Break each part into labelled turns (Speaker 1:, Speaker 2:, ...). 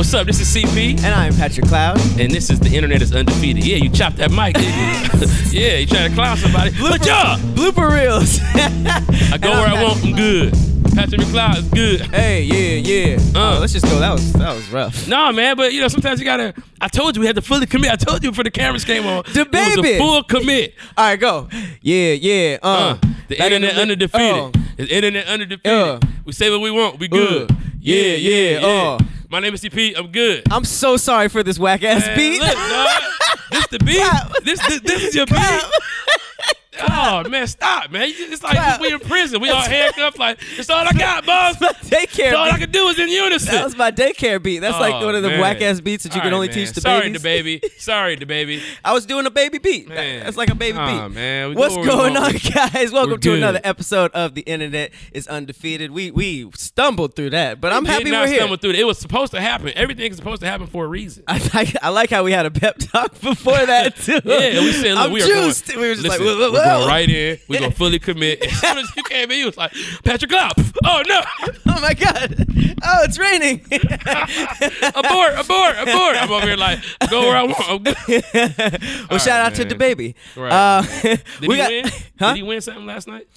Speaker 1: What's up? This is CP,
Speaker 2: And I'm Patrick Cloud.
Speaker 1: and this is the internet is undefeated. Yeah, you chopped that mic, didn't you? yeah, you trying to clown somebody, but yeah,
Speaker 2: Blooper reels.
Speaker 1: I go where I want. I'm good. Patrick McLeod is good.
Speaker 2: Hey, yeah, yeah.
Speaker 1: Uh.
Speaker 2: Oh, let's just go. That was that was rough.
Speaker 1: No, man, but you know sometimes you gotta. I told you we had to fully commit. I told you before the cameras came on.
Speaker 2: The
Speaker 1: it was
Speaker 2: baby.
Speaker 1: a full commit.
Speaker 2: All right, go. Yeah, yeah. Uh,
Speaker 1: Uh, the
Speaker 2: Back in
Speaker 1: internet
Speaker 2: li-
Speaker 1: undefeated.
Speaker 2: Uh,
Speaker 1: The internet undefeated.
Speaker 2: Yeah.
Speaker 1: We say what we want. We good.
Speaker 2: Uh. Yeah, yeah, uh.
Speaker 1: My name is CP. I'm good.
Speaker 2: I'm so sorry for this whack ass
Speaker 1: Man,
Speaker 2: beat.
Speaker 1: Look, dog. This the beat.
Speaker 2: Clap.
Speaker 1: This, this this is your beat. Oh man, stop, man! You- It's like
Speaker 2: Clap.
Speaker 1: we in prison. We all handcuffed. Like it's all I got, boss. It's all
Speaker 2: daycare
Speaker 1: I
Speaker 2: beat.
Speaker 1: can do is in unison.
Speaker 2: That was my daycare beat. That's like
Speaker 1: Oh,
Speaker 2: one of the
Speaker 1: man.
Speaker 2: whack ass beats that you
Speaker 1: All
Speaker 2: can
Speaker 1: right,
Speaker 2: only
Speaker 1: man.
Speaker 2: teach the
Speaker 1: Sorry,
Speaker 2: babies.
Speaker 1: baby. Sorry, the baby.
Speaker 2: I was doing a baby beat.
Speaker 1: Man.
Speaker 2: That's like a baby
Speaker 1: Aw,
Speaker 2: beat.
Speaker 1: man, we
Speaker 2: What's
Speaker 1: go where we
Speaker 2: going on,
Speaker 1: want.
Speaker 2: guys? Welcome
Speaker 1: We're
Speaker 2: to
Speaker 1: good.
Speaker 2: another episode of the Internet is Undefeated. We we stumbled through that, but I'm
Speaker 1: Did
Speaker 2: happy
Speaker 1: not
Speaker 2: we're here.
Speaker 1: stumble Through it. it was supposed to happen. Everything's supposed to happen for a reason.
Speaker 2: I like, I like how we had a pep talk before that too.
Speaker 1: Yeah, we said, look,
Speaker 2: I'm
Speaker 1: we are
Speaker 2: juiced.
Speaker 1: going.
Speaker 2: we were just
Speaker 1: listen,
Speaker 2: like, whoa, whoa,
Speaker 1: we're
Speaker 2: whoa.
Speaker 1: going right in. We're gonna fully commit. As soon as you came in, you was like, Patrick Klopp. Oh no,
Speaker 2: Oh my god! Oh, it's raining.
Speaker 1: abort, abort, abort. I'm over here like, go where I want. I'm good. Did
Speaker 2: well, shout out to
Speaker 1: man.
Speaker 2: the baby.
Speaker 1: Right.
Speaker 2: Uh, we
Speaker 1: he
Speaker 2: got,
Speaker 1: win?
Speaker 2: Huh?
Speaker 1: Did he win something last night?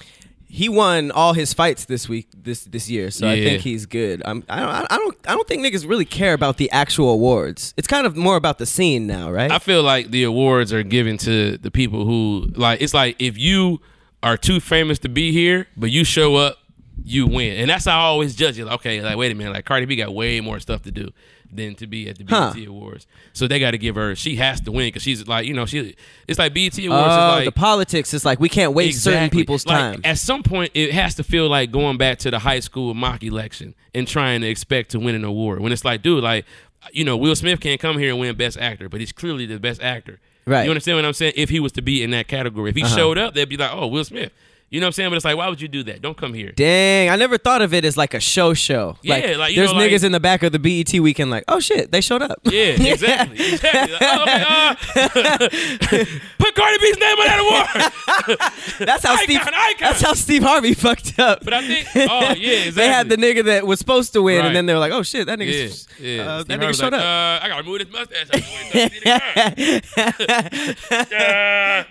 Speaker 2: he won all his fights this week this this year so i
Speaker 1: Yeah.
Speaker 2: think he's good I'm, i don't i don't i don't think niggas really care about the actual awards it's kind of more about the scene now right
Speaker 1: I feel like the awards are given to the people who like. It's like if you are too famous to be here, but you show up, you win, and that's how I always judge it. Like, okay, like wait a minute, like Cardi B got way more stuff to do than to be at the
Speaker 2: Huh.
Speaker 1: BET Awards, so they got to give her. She has to win because she's like you know she. It's like BET Awards is
Speaker 2: Oh,
Speaker 1: like
Speaker 2: the politics is like we can't waste certain
Speaker 1: Exactly.
Speaker 2: people's
Speaker 1: Like, eh,
Speaker 2: time
Speaker 1: At some point, it has to feel like going back to the high school mock election and trying to expect to win an award. When it's like, dude, like, you know, Will Smith can't come here and win Best Actor, but he's clearly the best actor.
Speaker 2: Right. Uh-huh.
Speaker 1: You understand what I'm saying? If he was to be in that category, if he showed up, they'd be like, oh, Will Smith. You know what I'm saying? But it's like, why would you do that? Don't come here.
Speaker 2: Dang, I never thought of it as like a show show.
Speaker 1: Yeah, like, you
Speaker 2: there's
Speaker 1: know, like-
Speaker 2: niggas in the back of the BET weekend, like, oh shit, they showed up.
Speaker 1: Yeah, exactly. exactly. Like, oh, okay, uh, put Cardi B's name on that award.
Speaker 2: That's how
Speaker 1: Icon,
Speaker 2: Steve.
Speaker 1: icon.
Speaker 2: That's how Steve Harvey fucked up.
Speaker 1: But I think, oh, yeah, exactly.
Speaker 2: they had the nigga that was supposed to win,
Speaker 1: Right.
Speaker 2: and then they were like, oh shit, that
Speaker 1: Yeah,
Speaker 2: nigga,
Speaker 1: yeah.
Speaker 2: uh,
Speaker 1: Steve
Speaker 2: that
Speaker 1: Harvey's
Speaker 2: nigga showed
Speaker 1: like,
Speaker 2: up.
Speaker 1: Uh, I gotta remove this mustache. I Yeah.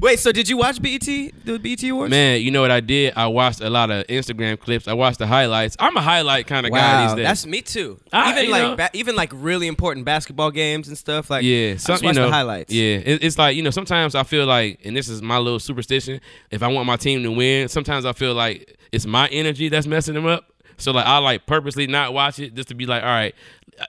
Speaker 2: Wait, so did you watch BET the BET Awards?
Speaker 1: Man, you know what I did? I watched a lot of Instagram clips. I watched the highlights. I'm a highlight kind of guy
Speaker 2: wow,
Speaker 1: these days.
Speaker 2: that's me too.
Speaker 1: I-
Speaker 2: even
Speaker 1: Ah, you
Speaker 2: like
Speaker 1: know.
Speaker 2: ba- even like really important basketball games and stuff. Like
Speaker 1: yeah,
Speaker 2: I
Speaker 1: some,
Speaker 2: just
Speaker 1: you
Speaker 2: watch
Speaker 1: know,
Speaker 2: the highlights.
Speaker 1: Yeah, it, it's like you know. Sometimes I feel like, and this is my little superstition. If I want my team to win, sometimes I feel like it's my energy that's messing them up. So like I like purposely not watch it just to be like, all right,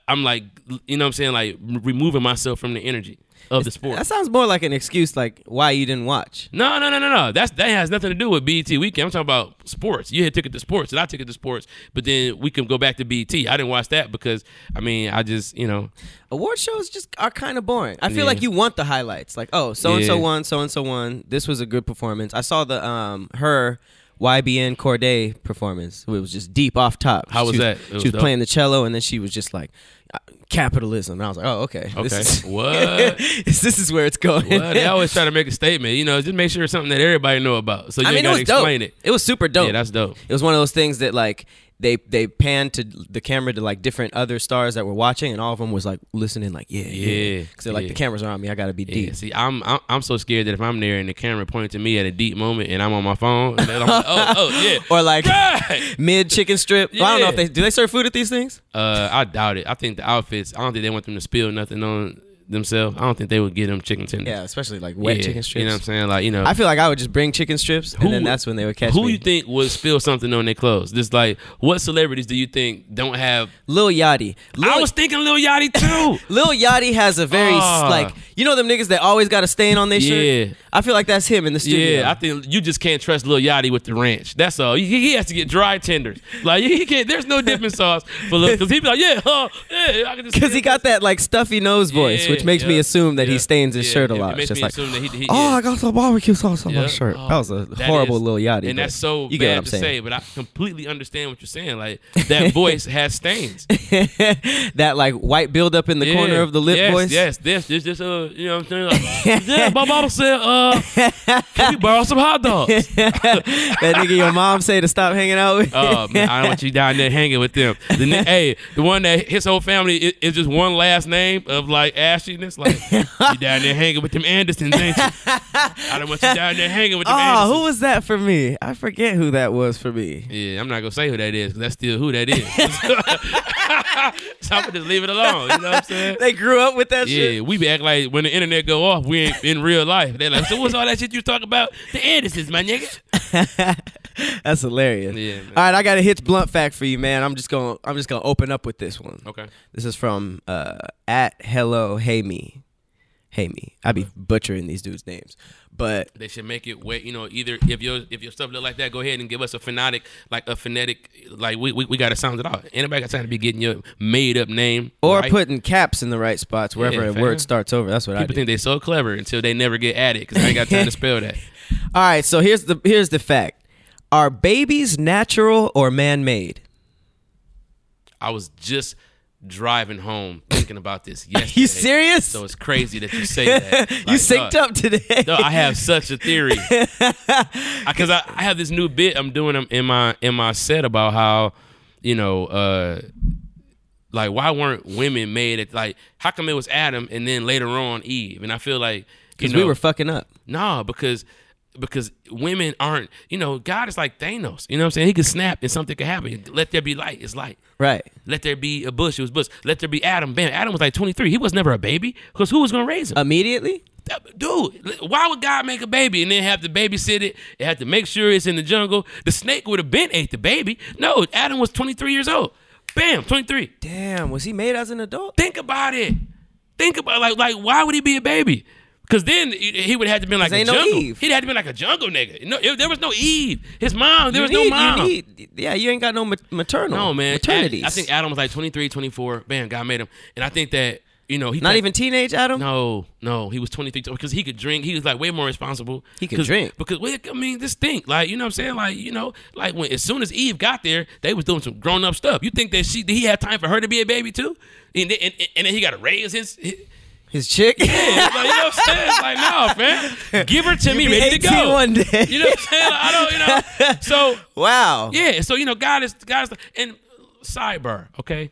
Speaker 1: I'm like, you know, what I'm saying like removing myself from the energy of the sport.
Speaker 2: that sounds more like an excuse, like why you didn't watch.
Speaker 1: No, no, no, no, no. That's that has nothing to do with E BET weekend. I'm talking about sports. You had ticket to sports, and I took it to sports. But then we can go back to BET. I didn't watch that because I mean, I just you know,
Speaker 2: Award shows just are kind of boring. I feel
Speaker 1: Yeah.
Speaker 2: like you want the highlights, like oh, so and so
Speaker 1: Yeah.
Speaker 2: won, so and so won. This was a good performance. I saw the um her YBN Corday performance. It was just deep off top.
Speaker 1: How was
Speaker 2: she
Speaker 1: that? It
Speaker 2: She
Speaker 1: was
Speaker 2: was,
Speaker 1: dope.
Speaker 2: playing the cello, and then she was just like uh, capitalism, and I was like, oh, okay, this
Speaker 1: Okay.
Speaker 2: is-
Speaker 1: What?
Speaker 2: this is where it's going.
Speaker 1: well, they always try to make a statement. You know, just make sure it's something that everybody know about. So you
Speaker 2: I mean,
Speaker 1: ain't
Speaker 2: it
Speaker 1: gotta
Speaker 2: was dope.
Speaker 1: explain it.
Speaker 2: was super dope.
Speaker 1: Yeah, that's dope.
Speaker 2: it was one of those things that like they they panned to the camera to like different other stars that were watching, and all of them was like listening, like yeah, yeah,
Speaker 1: Yeah,
Speaker 2: because they're like
Speaker 1: yeah.
Speaker 2: the cameras are on me, I gotta be
Speaker 1: Yeah,
Speaker 2: deep.
Speaker 1: see, I'm, I'm I'm so scared that if I'm there and the camera points to me at a deep moment and I'm on my phone, then I'm like, oh, oh, yeah.
Speaker 2: Or like
Speaker 1: Right.
Speaker 2: mid chicken strip. Well, I don't know if
Speaker 1: Yeah.
Speaker 2: they do they serve food at these things.
Speaker 1: Uh, I doubt it. I think the outfits. I don't think they want them to spill nothing on themselves. I don't think they would get them chicken tenders.
Speaker 2: Yeah, especially like wet
Speaker 1: Yeah,
Speaker 2: chicken strips.
Speaker 1: You know what I'm saying? Like you know,
Speaker 2: I feel like I would just bring chicken strips,
Speaker 1: Who-
Speaker 2: and then that's when they would catch
Speaker 1: Who
Speaker 2: me.
Speaker 1: you think would spill something on their clothes? Just like what celebrities do you think don't have?
Speaker 2: Lil Yachty. Lil,
Speaker 1: I was thinking Lil Yachty too.
Speaker 2: Lil Yachty has a very s-
Speaker 1: Ah.
Speaker 2: like you know them niggas that always got a stain on their shirt.
Speaker 1: Yeah.
Speaker 2: I feel like that's him in the studio.
Speaker 1: yeah, I think you just can't trust Lil Yachty with the ranch. That's all. He, he has to get dry tenders. Like he can't. There's no dipping sauce for Lil because he be like, yeah, huh, yeah, I can just
Speaker 2: Because he got that like stuffy nose voice,
Speaker 1: Yeah,
Speaker 2: which makes me
Speaker 1: yeah,
Speaker 2: assume that
Speaker 1: yeah,
Speaker 2: he stains his
Speaker 1: yeah,
Speaker 2: shirt a
Speaker 1: it- it
Speaker 2: lot.
Speaker 1: makes
Speaker 2: It's just
Speaker 1: me
Speaker 2: like,
Speaker 1: assume that he- he-
Speaker 2: oh,
Speaker 1: yeah.
Speaker 2: I got some barbecue sauce on
Speaker 1: Yeah.
Speaker 2: my shirt.
Speaker 1: Oh,
Speaker 2: that was a
Speaker 1: that
Speaker 2: horrible
Speaker 1: is-
Speaker 2: Lil Yachty.
Speaker 1: And
Speaker 2: but
Speaker 1: that's so
Speaker 2: you get
Speaker 1: bad
Speaker 2: what
Speaker 1: to
Speaker 2: I'm
Speaker 1: say, but I completely understand what you're saying. Like that voice has stains.
Speaker 2: saying. that like white buildup in the corner
Speaker 1: Yeah.
Speaker 2: of the lip
Speaker 1: yes,
Speaker 2: voice.
Speaker 1: Yes, this, this, this, uh, Bubba, you know what I'm saying? Like, yeah, Bubba said, uh, can we borrow some hot dogs?
Speaker 2: that nigga your mom say to stop hanging out with.
Speaker 1: Oh man, I don't want you down there hanging with them. The, ni- hey, the one that his whole family is, is just one last name of like ashiness. Like you down there hanging with them Andersons, ain't you? I don't want you down there hanging with them
Speaker 2: oh, who
Speaker 1: Andersons.
Speaker 2: was that for me? I forget who that was for me.
Speaker 1: Yeah, I'm not gonna say who that is because that's still who that is. so I'm gonna just leave it alone. You know what I'm saying?
Speaker 2: They grew up with that
Speaker 1: Yeah,
Speaker 2: shit.
Speaker 1: we be act like when the internet go off, we ain't in real life. They like, so what's all that shit you talk about? The Andersons, my nigga.
Speaker 2: That's hilarious.
Speaker 1: Yeah, man.
Speaker 2: All right, I got a hits blunt fact for you, man. I'm just gonna I'm just gonna open up with this one.
Speaker 1: Okay.
Speaker 2: This is from uh, at hello hey me, hey me. I be butchering these dudes' names, but
Speaker 1: They should make it where you know either if your if your stuff look like that, go ahead and give us a phonetic like a phonetic like we we, we gotta sound it out. Anybody got time to be getting your made up name
Speaker 2: or
Speaker 1: right?
Speaker 2: putting caps in the right spots wherever
Speaker 1: Yeah,
Speaker 2: a
Speaker 1: fam.
Speaker 2: word starts over. That's what I do.
Speaker 1: People think they so clever until they never get at it because they ain't got time to spell that.
Speaker 2: All right, so here's the here's the fact: Are babies natural or man-made?
Speaker 1: I was just driving home thinking about this yesterday.
Speaker 2: You serious?
Speaker 1: So it's crazy that you say that.
Speaker 2: you synced up today.
Speaker 1: No, I have such a theory because I, I have this new bit I'm doing in- in my in my set about how you know uh like why weren't women made it like how come it was Adam and then later on Eve and I feel like you
Speaker 2: because
Speaker 1: know
Speaker 2: we were fucking up.
Speaker 1: nah because because women aren't you know God is like Thanos you know what I'm saying he could snap and something could happen let there be light it's light
Speaker 2: Right.
Speaker 1: let there be a bush it was bush let there be Adam bam Adam was like 23 he was never a baby because who was gonna raise him
Speaker 2: Immediately?
Speaker 1: that- Dude, why would God make a baby and then have to babysit it? And have to make sure it's in the jungle. The snake would have been ate the baby. No, Adam was 23 years old. Bam, 23.
Speaker 2: Damn, was he made as an adult?
Speaker 1: Think about it. Think about like like why would he be a baby? Because then he he would have to been like
Speaker 2: 'Cause
Speaker 1: a
Speaker 2: ain't no
Speaker 1: jungle.
Speaker 2: Eve.
Speaker 1: He'd have to be like a jungle nigga. No, if there was no Eve. His mom. There was
Speaker 2: you
Speaker 1: no
Speaker 2: need,
Speaker 1: mom.
Speaker 2: You need, yeah, you ain't got no ma- maternal.
Speaker 1: no man.
Speaker 2: Maternities.
Speaker 1: I, I think Adam was like 23, 24. Bam, God made him. And I think that you know he
Speaker 2: Not
Speaker 1: took-
Speaker 2: even teenage Adam.
Speaker 1: No, no, he was 23 because he could drink. He was like way more responsible.
Speaker 2: He could
Speaker 1: 'Cause-
Speaker 2: drink.
Speaker 1: because well, I mean, this thing, like you know what I'm saying, like you know, like when as soon as Eve got there, they was doing some grown up stuff. You think that she that he had time for her to be a baby too, and then, and, and then he got to raise his. his
Speaker 2: His chick.
Speaker 1: like, you know what I'm saying? Like, no, man. Give her to me
Speaker 2: be
Speaker 1: ready to
Speaker 2: 18
Speaker 1: go.
Speaker 2: one day.
Speaker 1: You know what I'm saying? Like, I don't, you know. So
Speaker 2: wow.
Speaker 1: yeah, so you know, God is God is and sidebar, okay?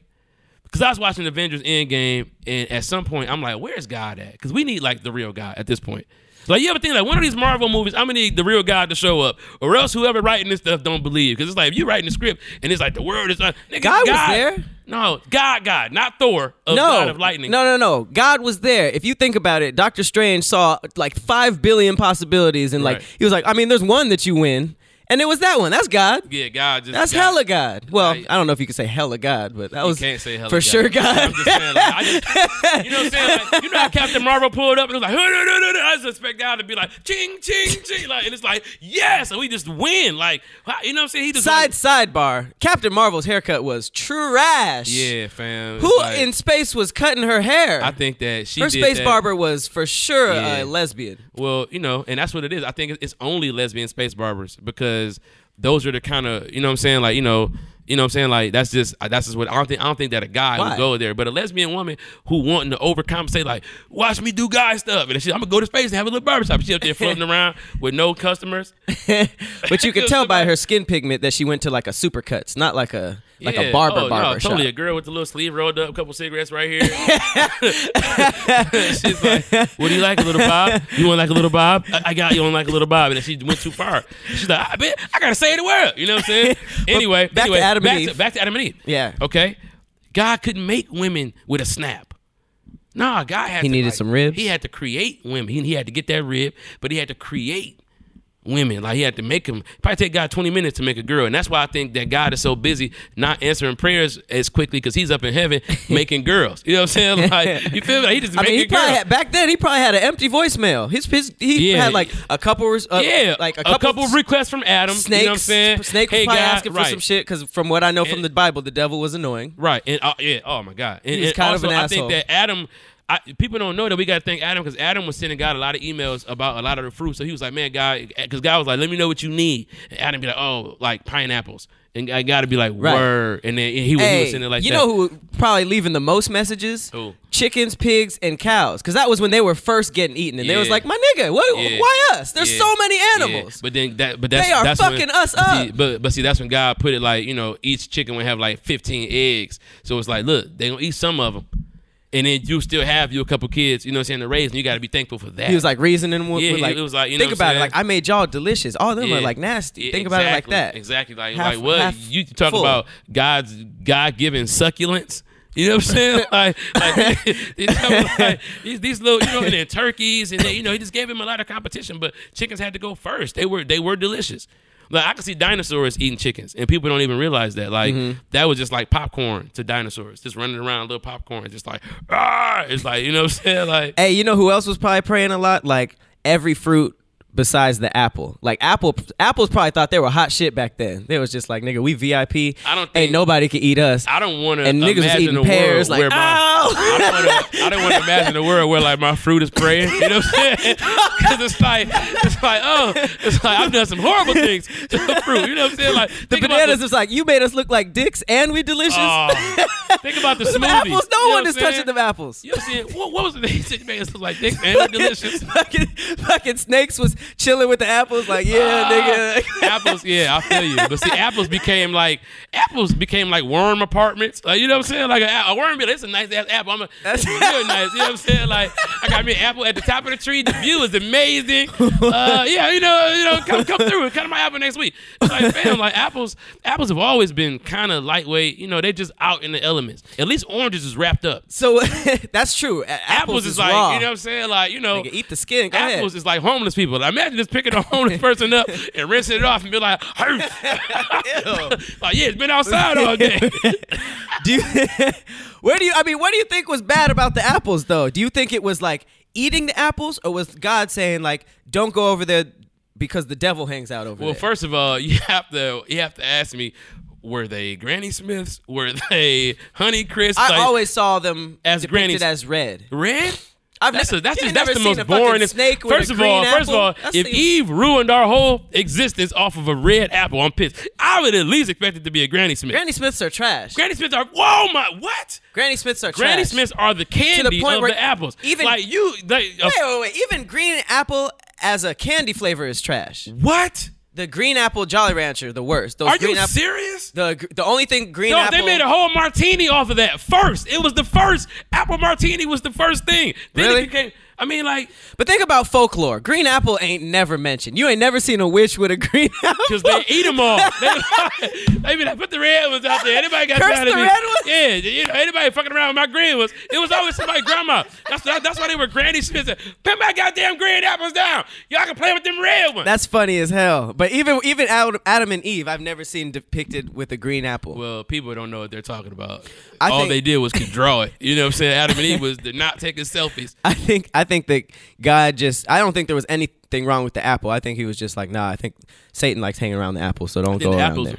Speaker 1: Because I was watching Avengers Endgame, and at some point I'm like, where's God at? Because we need like the real God at this point. Like you ever think like one of these Marvel movies, I'm gonna need the real God to show up, or else whoever writing this stuff don't believe. Because it's like if you writing the script and it's like the world is un- nigga,
Speaker 2: God was there.
Speaker 1: No, God, God, not Thor. Of
Speaker 2: No,
Speaker 1: Oh, God of lightning.
Speaker 2: no, no, no. God was there. If you think about it, Doctor Strange saw like five billion possibilities, and like
Speaker 1: Right.
Speaker 2: he was like, I mean, there's one that you win, and it was that one. That's God.
Speaker 1: Yeah, God just
Speaker 2: That's
Speaker 1: God.
Speaker 2: hella God. Well,
Speaker 1: Like-
Speaker 2: I don't know if you could say hella God, but that
Speaker 1: You
Speaker 2: was
Speaker 1: can't say hella
Speaker 2: for
Speaker 1: God.
Speaker 2: sure God.
Speaker 1: I'm just saying, like, I just, you know what I'm saying? Like, you know how Captain Marvel pulled up and it was like, "Huh, no, no, no, no." I just expect God to be like, ching, ching, ching. Like, and it's like, yes, and we just win. Like, how- you know what I'm saying? He just
Speaker 2: Side sidebar. Captain Marvel's haircut was trash.
Speaker 1: yeah, fam.
Speaker 2: Who in space was cutting her hair?
Speaker 1: I think that she
Speaker 2: her
Speaker 1: did
Speaker 2: space
Speaker 1: that-
Speaker 2: barber was for sure
Speaker 1: Yeah.
Speaker 2: a lesbian.
Speaker 1: Well, you know, and that's what it is. I think it's only lesbian space barbers because those are the kind of you know what I'm saying, like you know, you know what I'm saying, like that's just that's just what I don't think I don't think that a guy
Speaker 2: Why?
Speaker 1: would go there, but a lesbian woman who wanting to overcompensate, like watch me do guy stuff, and she, I'm gonna go to space and have a little barbershop. She up there floating around with no customers.
Speaker 2: but you could tell by her skin pigment that she went to like a supercuts, not like a like a barber
Speaker 1: oh,
Speaker 2: barber
Speaker 1: no,
Speaker 2: shop.
Speaker 1: totally a girl with the little sleeve rolled up, couple cigarettes right here. She's like, "What do you like, a little Bob? You want like a little Bob? I, I got you on like a little Bob." And then she went too far. She's like, "I bet I gotta save the world." You know what I'm saying? anyway,
Speaker 2: back to
Speaker 1: anyway,
Speaker 2: Adam and
Speaker 1: back
Speaker 2: Eve.
Speaker 1: To, back to Adam and Eve.
Speaker 2: Yeah.
Speaker 1: Okay. God couldn't make women with a snap. Nah, God had
Speaker 2: He
Speaker 1: to,
Speaker 2: needed
Speaker 1: like-
Speaker 2: some ribs?
Speaker 1: He had to create women. He, he had to get that rib, but he had to create women. Like he had to make them. Probably take God twenty minutes to make a girl, and that's why I think that God is so busy not answering prayers as quickly because he's up in heaven making girls. You know what I'm saying? Like you feel me? Like, he just
Speaker 2: I mean, he
Speaker 1: making
Speaker 2: probably
Speaker 1: girls.
Speaker 2: had, back then he probably had an empty voicemail. His, his he
Speaker 1: Yeah.
Speaker 2: had like a couple, res- uh,
Speaker 1: yeah,
Speaker 2: like a couple,
Speaker 1: requests from Adam.
Speaker 2: snakes.
Speaker 1: you know what I'm saying?
Speaker 2: Snake was
Speaker 1: Hey,
Speaker 2: probably
Speaker 1: God,
Speaker 2: asking for
Speaker 1: right.
Speaker 2: some shit because from what I know from
Speaker 1: And-
Speaker 2: the Bible, the devil was annoying.
Speaker 1: Right. And uh, yeah, oh my God. And,
Speaker 2: He was
Speaker 1: and
Speaker 2: kind of
Speaker 1: also,
Speaker 2: an
Speaker 1: I
Speaker 2: asshole.
Speaker 1: think that Adam I, people don't know that we got to thank Adam because Adam was sending God a lot of emails about a lot of the fruit. So he was like, man, God, because God was like, let me know what you need. And Adam be like, oh, like pineapples. And I got to be like,
Speaker 2: Right.
Speaker 1: word. And then he was, he was
Speaker 2: Hey,
Speaker 1: sending it like
Speaker 2: you
Speaker 1: that.
Speaker 2: know who probably leaving the most messages?
Speaker 1: Who?
Speaker 2: Chickens, pigs, and cows. Because that was when they were first getting eaten, and they was
Speaker 1: Yeah.
Speaker 2: like, "My nigga, what,
Speaker 1: Yeah.
Speaker 2: why us? There's
Speaker 1: Yeah.
Speaker 2: so many
Speaker 1: Yeah,
Speaker 2: animals."
Speaker 1: But then that, but that's
Speaker 2: They are
Speaker 1: that's
Speaker 2: fucking
Speaker 1: when,
Speaker 2: us
Speaker 1: but see-
Speaker 2: up.
Speaker 1: but but see, that's when God put it like you know each chicken would have like fifteen eggs. So it's like, look, they gonna eat some of them, and then you still have you a couple kids, you know, what I'm saying to raise, and you got to be thankful for that.
Speaker 2: He was like reasoning with,
Speaker 1: Yeah,
Speaker 2: with
Speaker 1: he-
Speaker 2: like,
Speaker 1: it was like, you know
Speaker 2: think
Speaker 1: what I'm
Speaker 2: about it.
Speaker 1: saying?
Speaker 2: Like I made y'all delicious. All of them
Speaker 1: Yeah.
Speaker 2: are like nasty.
Speaker 1: Yeah,
Speaker 2: think about it like
Speaker 1: exactly,
Speaker 2: that.
Speaker 1: Exactly, like
Speaker 2: Half-
Speaker 1: like what
Speaker 2: half
Speaker 1: you talk
Speaker 2: full.
Speaker 1: about God's God given succulents. You know what I'm saying? Like, like, you know, like, these, these little, you know, and then turkeys, and then, you know, he just gave him a lot of competition. But chickens had to go first. They were they were delicious. Like I could see dinosaurs eating chickens, and people don't even realize that. Like
Speaker 2: Mm-hmm.
Speaker 1: that was just like popcorn to dinosaurs, just running around, little popcorn, just like ah, it's like you know what I'm saying? Like
Speaker 2: Hey, you know who else was probably praying a lot? Like every fruit besides the apple. Like apple, apples probably thought they were hot shit back then. They was just like, nigga, we VIP.
Speaker 1: I don't
Speaker 2: Ain't
Speaker 1: think-
Speaker 2: nobody could eat us.
Speaker 1: I don't want to
Speaker 2: and niggas was
Speaker 1: imagine
Speaker 2: eating
Speaker 1: a world
Speaker 2: pears.
Speaker 1: where
Speaker 2: Like, "Ah!"
Speaker 1: my,
Speaker 2: ow.
Speaker 1: I don't wanna- I don't want to imagine a world where like my fruit is praying. You know what I'm saying? Because it's like it's like oh, it's like I've done some horrible things to the fruit. You know what I'm saying? Like
Speaker 2: The
Speaker 1: think about
Speaker 2: bananas is like, you made us look like dicks and we delicious.
Speaker 1: Aw, think about the
Speaker 2: Them
Speaker 1: smoothies.
Speaker 2: apples, no
Speaker 1: You know
Speaker 2: one
Speaker 1: what
Speaker 2: is
Speaker 1: I'm saying?
Speaker 2: touching them apples.
Speaker 1: You know what I'm saying? What, what was the thing? He said, man, it's like dick, man, it's delicious.
Speaker 2: fucking, fucking snakes was chilling with the apples, like, yeah,
Speaker 1: Ah,
Speaker 2: nigga.
Speaker 1: apples, yeah, I feel you. But see, apples became like apples became like worm apartments. Like you know what I'm saying? Like a, a worm, it's a nice ass apple. I'm a,
Speaker 2: That's-
Speaker 1: it's real nice. You know what I'm saying? Like I got me an apple at the top of the tree. The view is amazing. Uh, yeah, you know, you know, come come through. Cut my apple next week. It's like fam, like apples, apples have always been kind of lightweight. You know, they're just out in the elements. At least oranges is wrapped up.
Speaker 2: So that's true. A-
Speaker 1: Apples, is, like
Speaker 2: raw.
Speaker 1: you know what I'm saying? Like you know,
Speaker 2: Nigga, eat the skin. Go
Speaker 1: apples
Speaker 2: ahead.
Speaker 1: is like homeless people. Like, imagine just picking a homeless person up and rinsing it off and be like, "Hey." like yeah, it's been outside all day.
Speaker 2: Do you, where do you? I mean, what do you think was bad about the apples, though? Do you think it was like eating the apples, or was God saying like, "Don't go over there because the devil hangs out over
Speaker 1: well,
Speaker 2: there"?
Speaker 1: first of all, you have to you have to ask me, were they Granny Smiths? Were they Honey Crisp?
Speaker 2: I
Speaker 1: Like,
Speaker 2: always saw them
Speaker 1: as
Speaker 2: depicted
Speaker 1: grannies-
Speaker 2: as red.
Speaker 1: red.
Speaker 2: I've
Speaker 1: That's
Speaker 2: ne-
Speaker 1: a, that's just,
Speaker 2: you ain't
Speaker 1: that's
Speaker 2: never
Speaker 1: the
Speaker 2: seen
Speaker 1: most
Speaker 2: a fucking
Speaker 1: boring
Speaker 2: snake. With
Speaker 1: First
Speaker 2: a
Speaker 1: of
Speaker 2: green
Speaker 1: all,
Speaker 2: apple.
Speaker 1: first of all,
Speaker 2: That's
Speaker 1: if
Speaker 2: the-
Speaker 1: Eve ruined our whole existence off of a red apple, I'm pissed. I would at least expect it to be a Granny Smith. Granny,
Speaker 2: Granny Smiths are trash.
Speaker 1: Smiths are whoa my what?
Speaker 2: Granny Smiths are
Speaker 1: Granny
Speaker 2: trash.
Speaker 1: Smiths are the candy
Speaker 2: point
Speaker 1: of
Speaker 2: where
Speaker 1: the apples.
Speaker 2: even-
Speaker 1: Even like you, like, a-
Speaker 2: Wait, wait, wait. Even green apple as a candy flavor is trash.
Speaker 1: what?
Speaker 2: The green apple Jolly Rancher, the worst. Those
Speaker 1: Are
Speaker 2: green
Speaker 1: you
Speaker 2: apple,
Speaker 1: serious?
Speaker 2: the gr- the only thing green
Speaker 1: No,
Speaker 2: apple.
Speaker 1: they made a whole martini off of that first. It was the first apple martini was the first thing. Then
Speaker 2: Really?
Speaker 1: it became. I mean, like,
Speaker 2: But think about folklore. Green apple ain't never mentioned. You ain't never seen a witch with a green apple.
Speaker 1: cause they eat them all. they, they be like, put the red ones out there. Anybody got
Speaker 2: Curse
Speaker 1: tired of
Speaker 2: the
Speaker 1: me?
Speaker 2: red ones?
Speaker 1: Yeah, you know, anybody fucking around with my green ones? It was always somebody's grandma. That's that's why they were granny Smiths. Put my goddamn green apples down. Y'all can play with them red ones.
Speaker 2: That's funny as hell. But even even Ad- Adam and Eve, I've never seen depicted with a green apple.
Speaker 1: Well, people don't know what they're talking about.
Speaker 2: I
Speaker 1: All
Speaker 2: think-
Speaker 1: they did was could draw it. You know what I'm saying? Adam and Eve was they're not taking selfies.
Speaker 2: I think I think that God just I don't think there was anything wrong with the apple. I think he was just like, nah, I think Satan likes hanging around the apple, so don't
Speaker 1: Then
Speaker 2: go
Speaker 1: the
Speaker 2: around
Speaker 1: apples.
Speaker 2: there.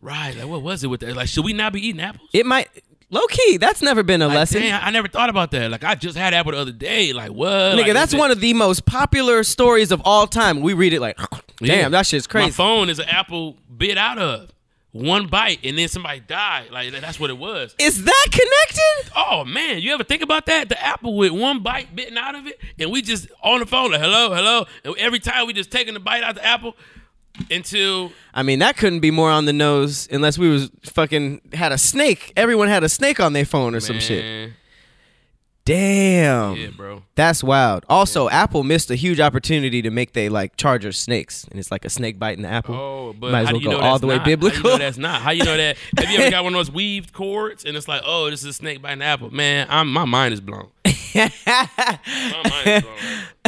Speaker 1: Right. Like, what was it with that? Like, should we not be eating apples?
Speaker 2: It might low key, that's never been a lesson.
Speaker 1: Dang, I, I never thought about that. Like, I just had apple the other day. Like, what? Like,
Speaker 2: Nigga,
Speaker 1: is
Speaker 2: that's
Speaker 1: it-
Speaker 2: one of the most popular stories of all time. We read it like,
Speaker 1: Yeah.
Speaker 2: damn, that shit's
Speaker 1: My
Speaker 2: crazy.
Speaker 1: phone is an apple bit out of one bite, and then somebody died. Like, that- that's what it was.
Speaker 2: Is that connected?
Speaker 1: Oh man, you ever think about that? The apple with one bite bitten out of it, and we just on the phone like, hello, hello, and every time we just taking the bite out the apple until
Speaker 2: I mean, that couldn't be more on the nose unless we was fucking had a snake. Everyone had a snake on their phone or some shit.
Speaker 1: Man.
Speaker 2: Damn.
Speaker 1: Yeah, bro.
Speaker 2: That's wild. Also, Apple missed a huge opportunity to make they like charger snakes, and it's like a snake biting the apple.
Speaker 1: Oh, but
Speaker 2: might as
Speaker 1: how
Speaker 2: well
Speaker 1: do you
Speaker 2: go
Speaker 1: know
Speaker 2: all
Speaker 1: that's
Speaker 2: the way
Speaker 1: not? How
Speaker 2: biblical.
Speaker 1: you know that's not? How you know that? Have you ever got one of those weaved cords and it's like, oh, this is a snake biting an apple? Man, I'm my mind is blown. my mind is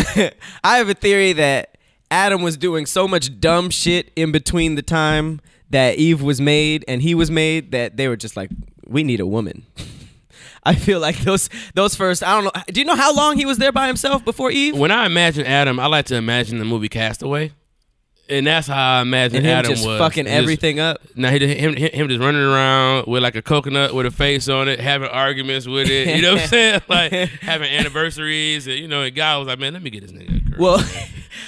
Speaker 1: blown.
Speaker 2: I have a theory that Adam was doing so much dumb shit in between the time that Eve was made and he was made that they were just like, we need a woman. I feel like those those first. I don't know. Do you know how long he was there by himself before Eve?
Speaker 1: When I imagine Adam, I like to imagine the movie Castaway. and that's how I imagine
Speaker 2: and him
Speaker 1: Adam
Speaker 2: just
Speaker 1: was
Speaker 2: fucking
Speaker 1: Just-
Speaker 2: everything up.
Speaker 1: Now he just, him, him him just running around with like a coconut with a face on it, having arguments with it. You know what I'm saying? Like having anniversaries, and you know. And guy was like, "Man, let me get this nigga." A girl.
Speaker 2: Well,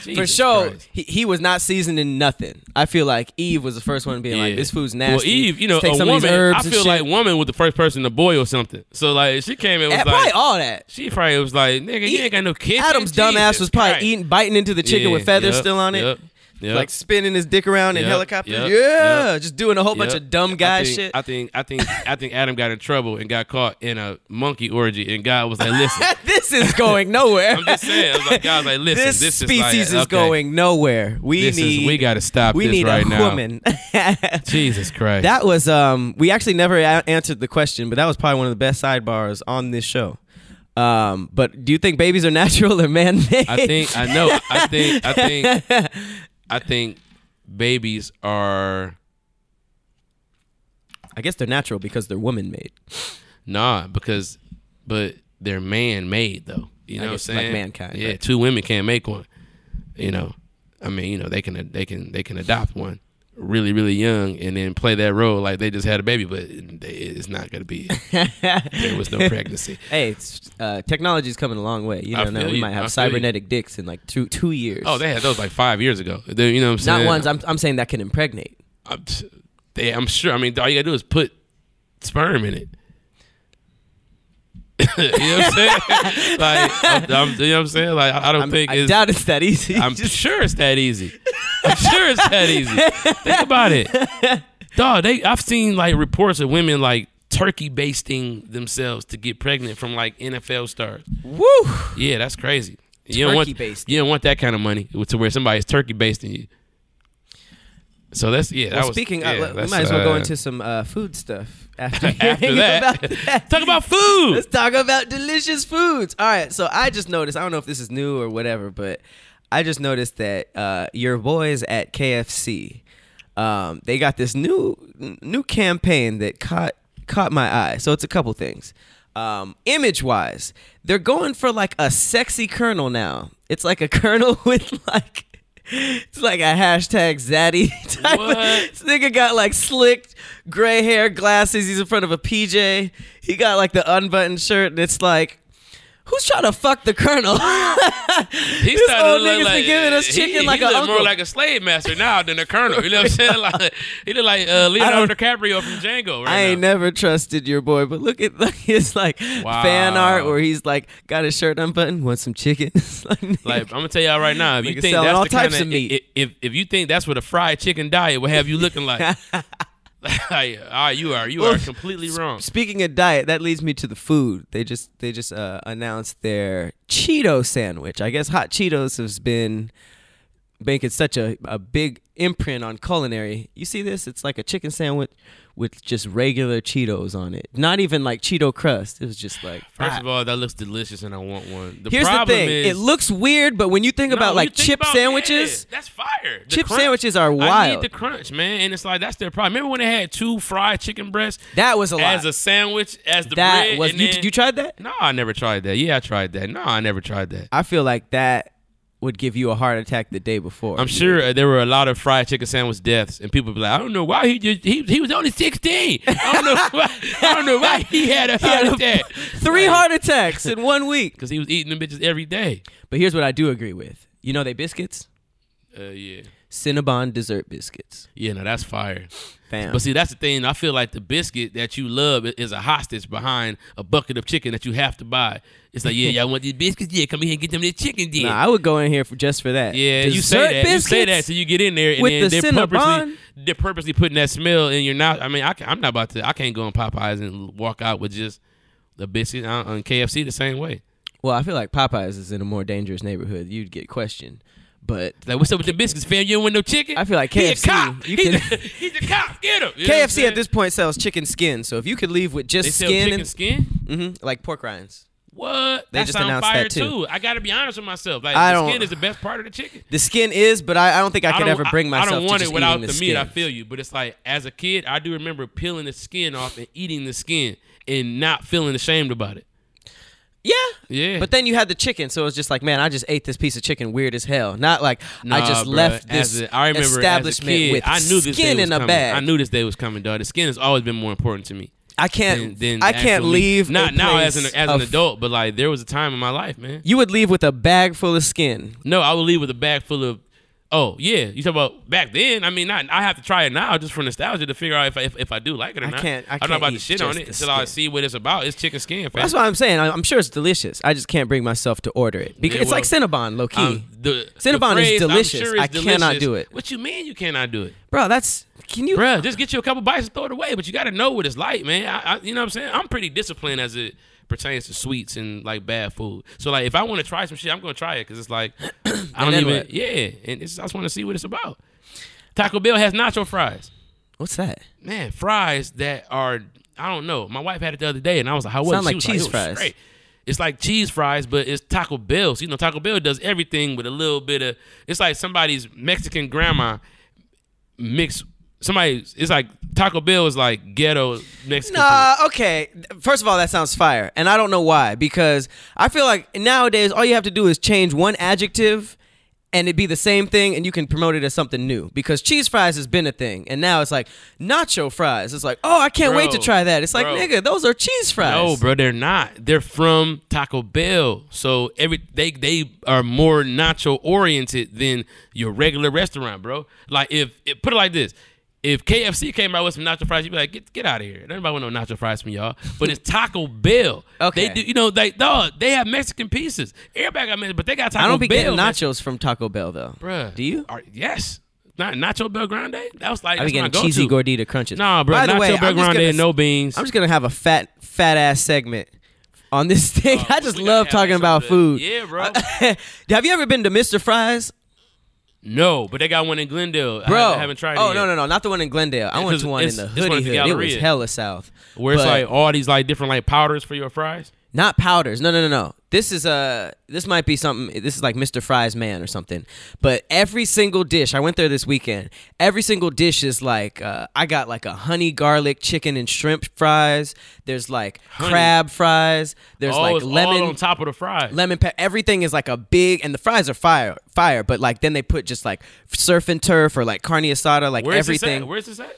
Speaker 2: for
Speaker 1: Jesus
Speaker 2: sure,
Speaker 1: Christ.
Speaker 2: he, he was not seasoned in nothing. I feel like Eve was the first one being like,
Speaker 1: Yeah.
Speaker 2: "This food's nasty."
Speaker 1: Well, Eve, you know,
Speaker 2: Let's take
Speaker 1: a
Speaker 2: some of these
Speaker 1: woman.
Speaker 2: herbs
Speaker 1: I
Speaker 2: and
Speaker 1: feel
Speaker 2: shit."
Speaker 1: like woman was the first person to boil something. So like, she came in was
Speaker 2: And
Speaker 1: like,
Speaker 2: probably all that.
Speaker 1: she probably was like, "Nigga, you ain't got no kids."
Speaker 2: Adam's dumbass was probably eating, biting into the chicken with feathers still on it,
Speaker 1: Yep. yep.
Speaker 2: like spinning his dick around in
Speaker 1: Yep,
Speaker 2: helicopter.
Speaker 1: yep,
Speaker 2: yeah, just doing a whole bunch
Speaker 1: Yep.
Speaker 2: of dumb guy
Speaker 1: I think,
Speaker 2: shit.
Speaker 1: I think I think I think Adam got in trouble and got caught in a monkey orgy, and God was like, "Listen,
Speaker 2: this is going nowhere.
Speaker 1: I'm just saying." I was like, "God, was like, listen,
Speaker 2: this,
Speaker 1: this,
Speaker 2: species is,
Speaker 1: is, like, okay,
Speaker 2: going nowhere. We
Speaker 1: This
Speaker 2: need
Speaker 1: is we got to stop
Speaker 2: we
Speaker 1: this
Speaker 2: need
Speaker 1: right
Speaker 2: a
Speaker 1: now."
Speaker 2: woman.
Speaker 1: Jesus Christ!
Speaker 2: That was um we actually never a- answered the question, but that was probably one of the best sidebars on this show. Um, but do you think babies are natural or man-made?
Speaker 1: I think I know. I think I think I think babies are
Speaker 2: I guess they're natural because they're woman-made.
Speaker 1: nah because but they're man made though. You know
Speaker 2: I
Speaker 1: what I'm
Speaker 2: guess it's like
Speaker 1: saying?
Speaker 2: mankind,
Speaker 1: Yeah,
Speaker 2: right.
Speaker 1: two women can't make one. You know, I mean, you know, they can they can they can adopt one really really young and then play that role like they just had a baby, but they, it's not gonna be. there was no pregnancy.
Speaker 2: Hey, it's, uh, technology's coming a long way. You
Speaker 1: I
Speaker 2: don't know.
Speaker 1: feel
Speaker 2: We
Speaker 1: you.
Speaker 2: might
Speaker 1: I
Speaker 2: have
Speaker 1: feel you.
Speaker 2: cybernetic dicks in like two two years.
Speaker 1: Oh, they had those like five years ago. They- you know what I'm saying?
Speaker 2: not ones. I'm I'm saying that can impregnate.
Speaker 1: I'm, they, I'm sure. I mean, all you gotta do is put sperm in it. you know what I'm saying? like, I'm, I'm- you know what I'm saying? Like, I I don't
Speaker 2: I'm,
Speaker 1: think
Speaker 2: I
Speaker 1: it's.
Speaker 2: doubt it's that easy.
Speaker 1: I'm sure it's that easy. I'm sure it's that easy. Think about it, dog. They, I've seen like reports of women like turkey basting themselves to get pregnant from like NFL stars.
Speaker 2: Woo!
Speaker 1: Yeah, that's crazy. You don't want
Speaker 2: Turkey basting.
Speaker 1: you don't want that kind of money to where somebody's turkey basting you. So that's yeah. that
Speaker 2: Well,
Speaker 1: was,
Speaker 2: speaking,
Speaker 1: yeah,
Speaker 2: of, we
Speaker 1: that's,
Speaker 2: might as well go
Speaker 1: uh,
Speaker 2: into some uh, food stuff after,
Speaker 1: after
Speaker 2: hearing
Speaker 1: that,
Speaker 2: about that.
Speaker 1: Talk about food.
Speaker 2: Let's talk about delicious foods. All right, so I just noticed. I don't know if this is new or whatever, but I just noticed that uh, your boys at KFC, um, they got this new n- new campaign that caught caught my eye. So it's a couple things. Um, image wise, they're going for like a sexy colonel now. It's like a colonel with like. It's like a hashtag zaddy type. of-
Speaker 1: What?
Speaker 2: This nigga got like slicked gray hair, glasses. He's in front of a PJ. He got like the unbuttoned shirt, and it's like, who's trying to fuck the colonel?
Speaker 1: He's
Speaker 2: this old nigga's been giving us chicken
Speaker 1: he,
Speaker 2: like
Speaker 1: he
Speaker 2: a
Speaker 1: look more
Speaker 2: uncle.
Speaker 1: like a slave master now than a colonel. You know what I'm saying? Like, he look like uh, Leonardo DiCaprio from Django. Right
Speaker 2: I ain't
Speaker 1: now.
Speaker 2: never trusted your boy, but look at like, his like
Speaker 1: Wow.
Speaker 2: fan art where he's like got his shirt unbuttoned, want some chicken. It's like,
Speaker 1: Like I'm gonna tell y'all right now, if you
Speaker 2: Nigga
Speaker 1: think
Speaker 2: selling
Speaker 1: that's
Speaker 2: all
Speaker 1: the
Speaker 2: types
Speaker 1: kinda,
Speaker 2: of meat.
Speaker 1: i- i- If, if you think that's what a fried chicken diet will have you looking like, like all right, you are you
Speaker 2: Well,
Speaker 1: are completely wrong.
Speaker 2: Speaking of diet, that leads me to the food. They just they just uh, announced their Cheeto sandwich. I guess hot Cheetos has been making such a, a big imprint on culinary. You see this? It's like a chicken sandwich with just regular Cheetos on it. Not even like Cheeto crust. It was just like
Speaker 1: First
Speaker 2: ah.
Speaker 1: of all, that looks delicious, and I want one. The
Speaker 2: Here's the
Speaker 1: problem
Speaker 2: thing.
Speaker 1: is
Speaker 2: it looks weird, but when you think
Speaker 1: No,
Speaker 2: about
Speaker 1: when
Speaker 2: like
Speaker 1: you think
Speaker 2: chip
Speaker 1: about-
Speaker 2: sandwiches,
Speaker 1: yeah, that's fire. The
Speaker 2: Chip
Speaker 1: crunch.
Speaker 2: sandwiches are
Speaker 1: I need
Speaker 2: wild.
Speaker 1: the crunch, man, and it's like that's their problem. Remember when they had two fried chicken breasts
Speaker 2: that was a lot.
Speaker 1: as a sandwich as the
Speaker 2: that
Speaker 1: bread?
Speaker 2: was
Speaker 1: and
Speaker 2: you
Speaker 1: then-
Speaker 2: you tried that?
Speaker 1: No, I never tried that. Yeah, I tried that. No, I never tried that.
Speaker 2: I feel like that would give you a heart attack the day before.
Speaker 1: I'm sure uh, there were a lot of fried chicken sandwich deaths, and people be like, "I don't know why he just, he he was only 16. I don't know why I don't know why he had a
Speaker 2: had
Speaker 1: heart
Speaker 2: a-
Speaker 1: attack
Speaker 2: Three heart attacks in one week.
Speaker 1: because he was eating them bitches every day."
Speaker 2: But here's what I do agree with. You know they biscuits?
Speaker 1: Uh, yeah,
Speaker 2: Cinnabon dessert biscuits.
Speaker 1: yeah, no, that's fire.
Speaker 2: Fam.
Speaker 1: But see, that's the thing. I feel like the biscuit that you love i- is a hostage behind a bucket of chicken that you have to buy. It's like, yeah, y'all want these biscuits? Yeah, come here and get them this chicken then.
Speaker 2: Nah, I would go in here for just for that.
Speaker 1: yeah, you
Speaker 2: Dessert
Speaker 1: say that. You say that
Speaker 2: biscuits?
Speaker 1: till you get in there, and then
Speaker 2: with the
Speaker 1: they're purposely
Speaker 2: Cinnabon?
Speaker 1: they're purposely putting that smell in your mouth. I mean, I can, I'm not about to. I can't go in Popeyes and walk out with just the biscuit on, on KFC the same way.
Speaker 2: Well, I feel like Popeyes is in a more dangerous neighborhood. You'd get questioned. But
Speaker 1: Like, what's up with the biscuits, fam? You don't want no chicken?
Speaker 2: I feel like
Speaker 1: He a
Speaker 2: KFC,
Speaker 1: cop.
Speaker 2: you
Speaker 1: He's,
Speaker 2: can-
Speaker 1: a, he's a cop. Get him. You know what I'm
Speaker 2: KFC
Speaker 1: saying?
Speaker 2: at this point sells chicken skin, so if you could leave with
Speaker 1: they
Speaker 2: just
Speaker 1: sell
Speaker 2: skin
Speaker 1: chicken skin.
Speaker 2: and hmm like pork rinds.
Speaker 1: What?
Speaker 2: They
Speaker 1: That
Speaker 2: just
Speaker 1: sound
Speaker 2: announced
Speaker 1: fire
Speaker 2: that, too.
Speaker 1: I gotta be honest with myself. Like
Speaker 2: I
Speaker 1: the
Speaker 2: don't-
Speaker 1: skin is the best part of the chicken.
Speaker 2: The skin is, but I, I don't think I could
Speaker 1: don't-
Speaker 2: ever bring myself
Speaker 1: I don't
Speaker 2: to
Speaker 1: want
Speaker 2: just
Speaker 1: it without
Speaker 2: eating
Speaker 1: the,
Speaker 2: the,
Speaker 1: meat.
Speaker 2: skin.
Speaker 1: I feel you, but it's like as a kid, I do remember peeling the skin off and eating the skin and not feeling ashamed about it.
Speaker 2: Yeah.
Speaker 1: Yeah.
Speaker 2: But then you had the chicken, so it was just like, man, I just ate this piece of chicken weird as hell. Not like
Speaker 1: Nah,
Speaker 2: I just
Speaker 1: bruh.
Speaker 2: left
Speaker 1: As
Speaker 2: this
Speaker 1: a- I remember as a
Speaker 2: establishment
Speaker 1: kid,
Speaker 2: with
Speaker 1: I knew this
Speaker 2: skin
Speaker 1: day was
Speaker 2: in a
Speaker 1: coming.
Speaker 2: bag.
Speaker 1: I knew this day was coming, dog. The skin has always been more important to me.
Speaker 2: I can't.
Speaker 1: Than, than
Speaker 2: I can't
Speaker 1: actually-
Speaker 2: leave.
Speaker 1: Not
Speaker 2: a
Speaker 1: now as an
Speaker 2: place
Speaker 1: as an
Speaker 2: of-
Speaker 1: adult, but like there was a time in my life, man.
Speaker 2: You would leave with a bag full of skin.
Speaker 1: No, I would leave with a bag full of. Oh yeah, you talk about back then. I mean, not I have to try it now just for nostalgia to figure out if I, if, if I do like it or
Speaker 2: I
Speaker 1: not.
Speaker 2: can't- I
Speaker 1: am
Speaker 2: can't
Speaker 1: not about to
Speaker 2: eat
Speaker 1: shit on
Speaker 2: just
Speaker 1: it
Speaker 2: the
Speaker 1: until I
Speaker 2: skin.
Speaker 1: see what it's about. It's chicken skin. fam.
Speaker 2: That's what I'm saying. I- I'm sure it's delicious. I just can't bring myself to order it because
Speaker 1: Yeah,
Speaker 2: it's like
Speaker 1: well,
Speaker 2: Cinnabon, low key,
Speaker 1: Um, the,
Speaker 2: Cinnabon
Speaker 1: the
Speaker 2: is
Speaker 1: phrase, I'm
Speaker 2: delicious.
Speaker 1: sure it's
Speaker 2: I cannot do it.
Speaker 1: What you mean you cannot do it,
Speaker 2: bro. That's can you?
Speaker 1: Bruh, Just get you a couple bites and throw it away. But you got to know what it's like, man. I, I, you know what I'm saying? I'm pretty disciplined as it pertains to sweets and like bad food. So like, if I want to try some shit, I'm gonna try it because it's like I don't
Speaker 2: then
Speaker 1: even.
Speaker 2: what?
Speaker 1: Yeah, and it's, I just want to see what it's about. Taco Bell has nacho fries.
Speaker 2: What's that?
Speaker 1: man, fries that are I don't know. My wife had it the other day, and I was like, "How was it?"
Speaker 2: Sound
Speaker 1: She
Speaker 2: like
Speaker 1: was
Speaker 2: cheese
Speaker 1: "It was
Speaker 2: fries.
Speaker 1: great." It's like cheese fries, but it's Taco Bell. So, you know, Taco Bell does everything with a little bit of. It's like somebody's Mexican grandma mixed. Somebody, it's like Taco Bell is like ghetto Mexican. food.
Speaker 2: Nah, okay. First of all, that sounds fire, and I don't know why. Because I feel like nowadays all you have to do is change one adjective, and it'd be the same thing, and you can promote it as something new. Because cheese fries has been a thing, and now it's like nacho fries. It's like, oh, I can't wait to
Speaker 1: Bro,
Speaker 2: try that. It's like,
Speaker 1: bro.
Speaker 2: nigga, those are cheese fries.
Speaker 1: No, bro, they're not. They're from Taco Bell, so every they they are more nacho oriented than your regular restaurant, bro. Like if, if put it like this. If KFC came out with some nacho fries, you'd be like, "Get get out of here! Nobody want no nacho fries from y'all." But it's Taco Bell.
Speaker 2: Okay.
Speaker 1: They do, you know, they dog. They have Mexican pieces. Everybody got Mexican, but they got Taco
Speaker 2: I
Speaker 1: Bell.
Speaker 2: don't be getting
Speaker 1: man.
Speaker 2: nachos from Taco Bell though.
Speaker 1: Bruh.
Speaker 2: Do you?
Speaker 1: Are- yes. Not nacho Bell Grande. That was like
Speaker 2: I
Speaker 1: that's
Speaker 2: be
Speaker 1: my
Speaker 2: getting
Speaker 1: go-to.
Speaker 2: cheesy gordita crunches.
Speaker 1: Nah, bro.
Speaker 2: By the
Speaker 1: nacho
Speaker 2: way,
Speaker 1: Bell
Speaker 2: I'm just
Speaker 1: Grande
Speaker 2: gonna
Speaker 1: and no beans.
Speaker 2: I'm just gonna have a fat fat ass segment on this thing. I just
Speaker 1: Oh, we gotta
Speaker 2: love
Speaker 1: have
Speaker 2: talking
Speaker 1: some
Speaker 2: about
Speaker 1: of that.
Speaker 2: food.
Speaker 1: Yeah, bro.
Speaker 2: have you ever been to Mr. Fries,
Speaker 1: No, but they got one in Glendale. I
Speaker 2: bro?
Speaker 1: haven't, I haven't tried it.
Speaker 2: Oh
Speaker 1: yet.
Speaker 2: no, no, no, not the one in Glendale. I went
Speaker 1: It's-
Speaker 2: to one in
Speaker 1: it's-
Speaker 2: the
Speaker 1: this
Speaker 2: hoodie
Speaker 1: one's the
Speaker 2: hood. It was
Speaker 1: Galleria.
Speaker 2: hella south.
Speaker 1: Where it's
Speaker 2: But
Speaker 1: like all these like different like powders for your fries.
Speaker 2: not powders. No, no, no, no. This is uh, this might be something. This is like Mr. Fries Man or something. But every single dish, I went there this weekend. Every single dish is like uh, I got like a honey garlic chicken and shrimp fries. There's like crab fries. There's
Speaker 1: all,
Speaker 2: like
Speaker 1: Oh, it's all
Speaker 2: lemon
Speaker 1: on top of the fries.
Speaker 2: lemon pepper. Everything is like a big, and the fries are fire, fire. But like then they put just like surf and turf or like carne asada, like
Speaker 1: Where's
Speaker 2: everything.
Speaker 1: This at? Where's this at?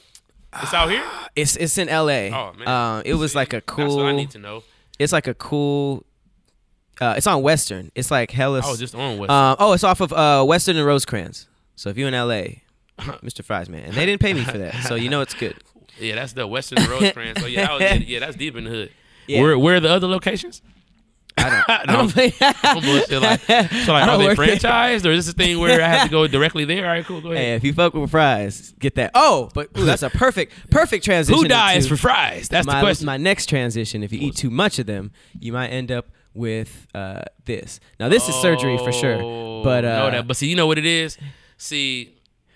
Speaker 1: It's out here.
Speaker 2: it's it's in L.A.
Speaker 1: Oh man,
Speaker 2: Uh, it was like a cool.
Speaker 1: That's what I need to know.
Speaker 2: It's like a cool. Uh, it's on Western. It's like hella.
Speaker 1: I was just on West.
Speaker 2: Uh, oh, it's off of uh, Western and Rosecrans. So if you're in L.A., Mr. Fries man, and they didn't pay me for that, so you know it's good.
Speaker 1: yeah, that's the Western Rosecrans. So yeah, that was, yeah, yeah, that's deep in the hood.
Speaker 2: Yeah.
Speaker 1: Where where are the other locations? I
Speaker 2: I don't think.
Speaker 1: I'm bullshit. Like, so like,
Speaker 2: don't
Speaker 1: are they
Speaker 2: work there.
Speaker 1: franchised or is this a thing where I have to go directly there? All right, cool. Go
Speaker 2: Hey,
Speaker 1: ahead.
Speaker 2: if you fuck with fries, get that. Oh, but ooh, that's a perfect, perfect transition.
Speaker 1: Who dies
Speaker 2: into-
Speaker 1: for fries? That's the
Speaker 2: my,
Speaker 1: question.
Speaker 2: my next transition, if you eat too much of them, you might end up with uh, this. Now, this is surgery for sure, but
Speaker 1: Oh,
Speaker 2: uh,
Speaker 1: know that. But see, you know what it is. See,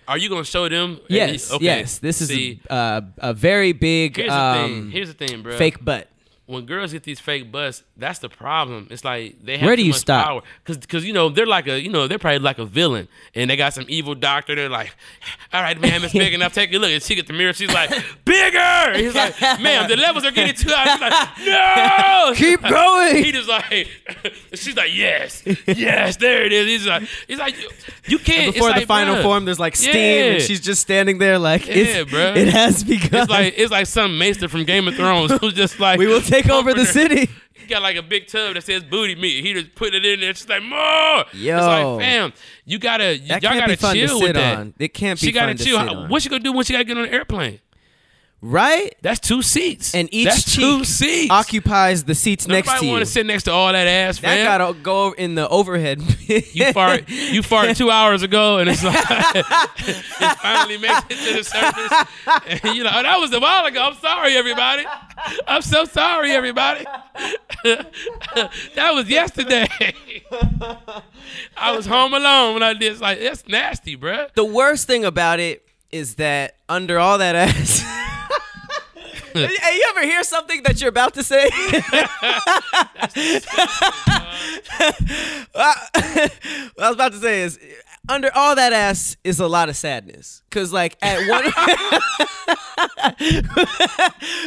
Speaker 1: are you gonna show them?
Speaker 2: yes,
Speaker 1: Okay.
Speaker 2: yes, this is
Speaker 1: See,
Speaker 2: a, uh, a very big
Speaker 1: here's the
Speaker 2: um,
Speaker 1: thing. Here's the thing, bro.
Speaker 2: fake butt.
Speaker 1: When girls get these fake butts, that's the problem. It's like they have
Speaker 2: Where do
Speaker 1: too
Speaker 2: you
Speaker 1: much
Speaker 2: stop?
Speaker 1: power. Cause, 'cause, you know they're like a you know they're probably like a villain, and they got some evil doctor. They're like, all right, ma'am, it's big enough. Take a look. And she get the mirror. She's like, bigger. He's like, ma'am, the levels are getting too high. She's like, no.
Speaker 2: Keep
Speaker 1: He
Speaker 2: going.
Speaker 1: just like she's like yes, yes, there it is. He's like he's like you, you can't. it's
Speaker 2: Before the
Speaker 1: like,
Speaker 2: final
Speaker 1: bruh,
Speaker 2: form, there's like steam,
Speaker 1: Yeah.
Speaker 2: and she's just standing there like, it's,
Speaker 1: bruh.
Speaker 2: it has begun.
Speaker 1: It's like it's like some maester from Game of Thrones who's just like
Speaker 2: we will take over the
Speaker 1: pumping her.
Speaker 2: city.
Speaker 1: He got like a big tub that says booty meat. He just put it in there. She's like more. it's
Speaker 2: Yo.
Speaker 1: like fam, you gotta y'all
Speaker 2: That can't
Speaker 1: gotta
Speaker 2: be fun
Speaker 1: chill
Speaker 2: to
Speaker 1: with
Speaker 2: sit
Speaker 1: that.
Speaker 2: on. It can't be
Speaker 1: She gotta
Speaker 2: fun to
Speaker 1: chill.
Speaker 2: sit
Speaker 1: How-
Speaker 2: on.
Speaker 1: What's she gonna do when she gotta get on an airplane?
Speaker 2: right?
Speaker 1: That's two seats.
Speaker 2: And each
Speaker 1: That's two
Speaker 2: cheek
Speaker 1: seats.
Speaker 2: Occupies the seats next to
Speaker 1: Nobody
Speaker 2: you.
Speaker 1: want to sit next to all that ass,
Speaker 2: that
Speaker 1: fam.
Speaker 2: gotta go in the overhead.
Speaker 1: You fart, you fart two hours ago, and it's like it finally makes it to the surface. And you know, oh, that was a while ago. I'm sorry, everybody. I'm so sorry, everybody. that was yesterday. I was home alone when I did. It's like that's nasty, bruh.
Speaker 2: The worst thing about it is that under all that ass. hey, you ever hear something that you're about to say? Uh, what I was about to say is under all that ass is a lot of sadness. Cause like at one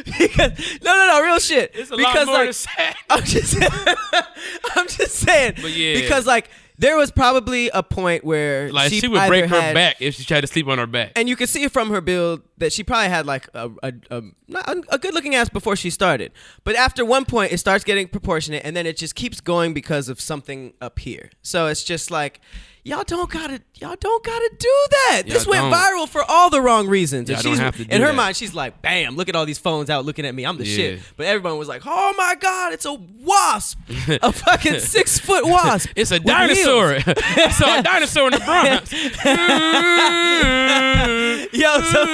Speaker 2: because, no no no real shit.
Speaker 1: It's a
Speaker 2: because
Speaker 1: lot more than
Speaker 2: like oh,
Speaker 1: sad.
Speaker 2: I'm just I'm just saying.
Speaker 1: But yeah.
Speaker 2: Because like there was probably a point where
Speaker 1: Like
Speaker 2: sheep
Speaker 1: she would
Speaker 2: either
Speaker 1: break her
Speaker 2: had-
Speaker 1: back if she tried to sleep on her back.
Speaker 2: and you could see from her build that she probably had like a a, a, not- a good looking ass before she started. But after one point, it starts getting proportionate, and then it just keeps going because of something up here. So it's just like. Y'all don't gotta, y'all don't gotta do that. this
Speaker 1: Y'all
Speaker 2: went
Speaker 1: don't.
Speaker 2: viral for all the wrong reasons.
Speaker 1: Y'all
Speaker 2: and
Speaker 1: don't
Speaker 2: she's,
Speaker 1: have to do
Speaker 2: in her
Speaker 1: that.
Speaker 2: mind, she's like, "Bam! Look at all these phones out looking at me. I'm the
Speaker 1: Yeah.
Speaker 2: shit." But everyone was like, "Oh my god, it's a wasp, a fucking six foot wasp.
Speaker 1: It's a
Speaker 2: with wheels."
Speaker 1: dinosaur. I saw a dinosaur in the Bronx.
Speaker 2: Yo, so And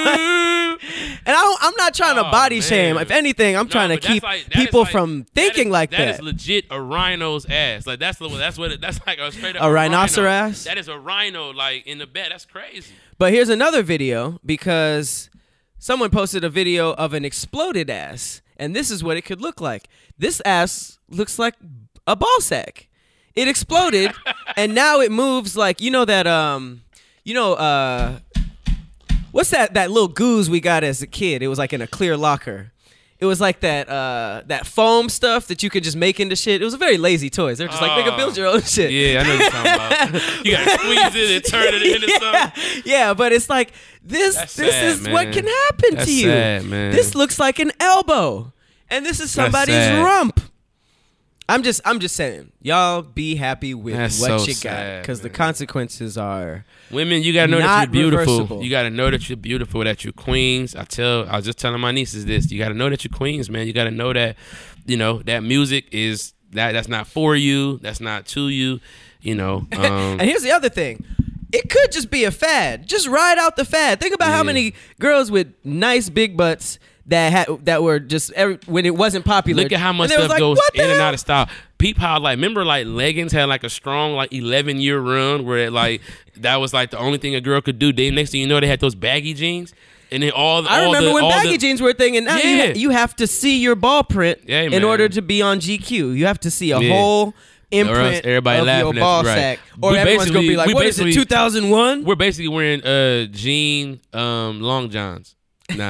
Speaker 2: I don't, I'm not trying to
Speaker 1: Oh,
Speaker 2: body
Speaker 1: man.
Speaker 2: shame. If anything, I'm
Speaker 1: No,
Speaker 2: trying to
Speaker 1: but that's
Speaker 2: keep
Speaker 1: like- that is
Speaker 2: people
Speaker 1: like-
Speaker 2: from
Speaker 1: that is-
Speaker 2: thinking like that.
Speaker 1: That is legit a rhino's ass. Like that's the that's what it, that's like a straight up
Speaker 2: A
Speaker 1: rhino.
Speaker 2: rhinoceros?
Speaker 1: That is a rhino like in the bed. That's crazy.
Speaker 2: but here's another video because someone posted a video of an exploded ass, and this is what it could look like. This ass looks like a ball sack. It exploded, and now it moves like you know that um, you know uh, what's that that little goose we got as a kid? It was like in a clear locker. It was like that uh, that foam stuff that you could just make into shit. It was a very lazy toys. They're just like, nigga,
Speaker 1: Oh.
Speaker 2: build your own shit.
Speaker 1: Yeah, I know what you're talking about. you gotta squeeze it and turn it into
Speaker 2: yeah,
Speaker 1: something.
Speaker 2: yeah, but it's like this.
Speaker 1: That's
Speaker 2: this
Speaker 1: sad,
Speaker 2: is what
Speaker 1: man.
Speaker 2: can happen
Speaker 1: That's
Speaker 2: to you.
Speaker 1: sad, man.
Speaker 2: This looks like an elbow, and this is somebody's
Speaker 1: sad.
Speaker 2: rump. I'm just, I'm just saying, y'all be happy with
Speaker 1: That's
Speaker 2: what
Speaker 1: so
Speaker 2: you got
Speaker 1: sad,
Speaker 2: because the
Speaker 1: man.
Speaker 2: consequences are.
Speaker 1: Women, you gotta know that
Speaker 2: Not
Speaker 1: you're beautiful.
Speaker 2: reversible.
Speaker 1: You gotta know that you're beautiful. That you're queens. I tell. I was just telling my nieces this. You gotta know that you're queens, man. You gotta know that, you know, that music is that. That's not for you. That's not to you. You know. Um,
Speaker 2: And here's the other thing. It could just be a fad. Just ride out the fad. Think about how
Speaker 1: Yeah.
Speaker 2: many girls with nice big butts that had that were just every, when it wasn't popular.
Speaker 1: Look at how
Speaker 2: and
Speaker 1: much
Speaker 2: they was
Speaker 1: stuff
Speaker 2: like,
Speaker 1: goes
Speaker 2: "What the
Speaker 1: in and
Speaker 2: hell?"
Speaker 1: out of style. Peep how like remember like leggings had like a strong like eleven year run where it, like that was like the only thing a girl could do. Then next thing you know they had those baggy jeans and then all the
Speaker 2: I
Speaker 1: all
Speaker 2: remember
Speaker 1: the,
Speaker 2: when
Speaker 1: all
Speaker 2: baggy
Speaker 1: the,
Speaker 2: jeans were a thing, and now you,
Speaker 1: Yeah.
Speaker 2: you have to see your ball print
Speaker 1: Yeah,
Speaker 2: in
Speaker 1: man.
Speaker 2: order to be on GQ. You have to see a
Speaker 1: Yeah.
Speaker 2: whole
Speaker 1: else
Speaker 2: imprint
Speaker 1: everybody
Speaker 2: of
Speaker 1: laughing
Speaker 2: your
Speaker 1: at you,
Speaker 2: ball
Speaker 1: right.
Speaker 2: sack, or
Speaker 1: We
Speaker 2: everyone's gonna be
Speaker 1: basically-
Speaker 2: like,
Speaker 1: we
Speaker 2: "What is it,
Speaker 1: basically-
Speaker 2: 2001?"
Speaker 1: We're basically wearing uh jean um long johns. Nah.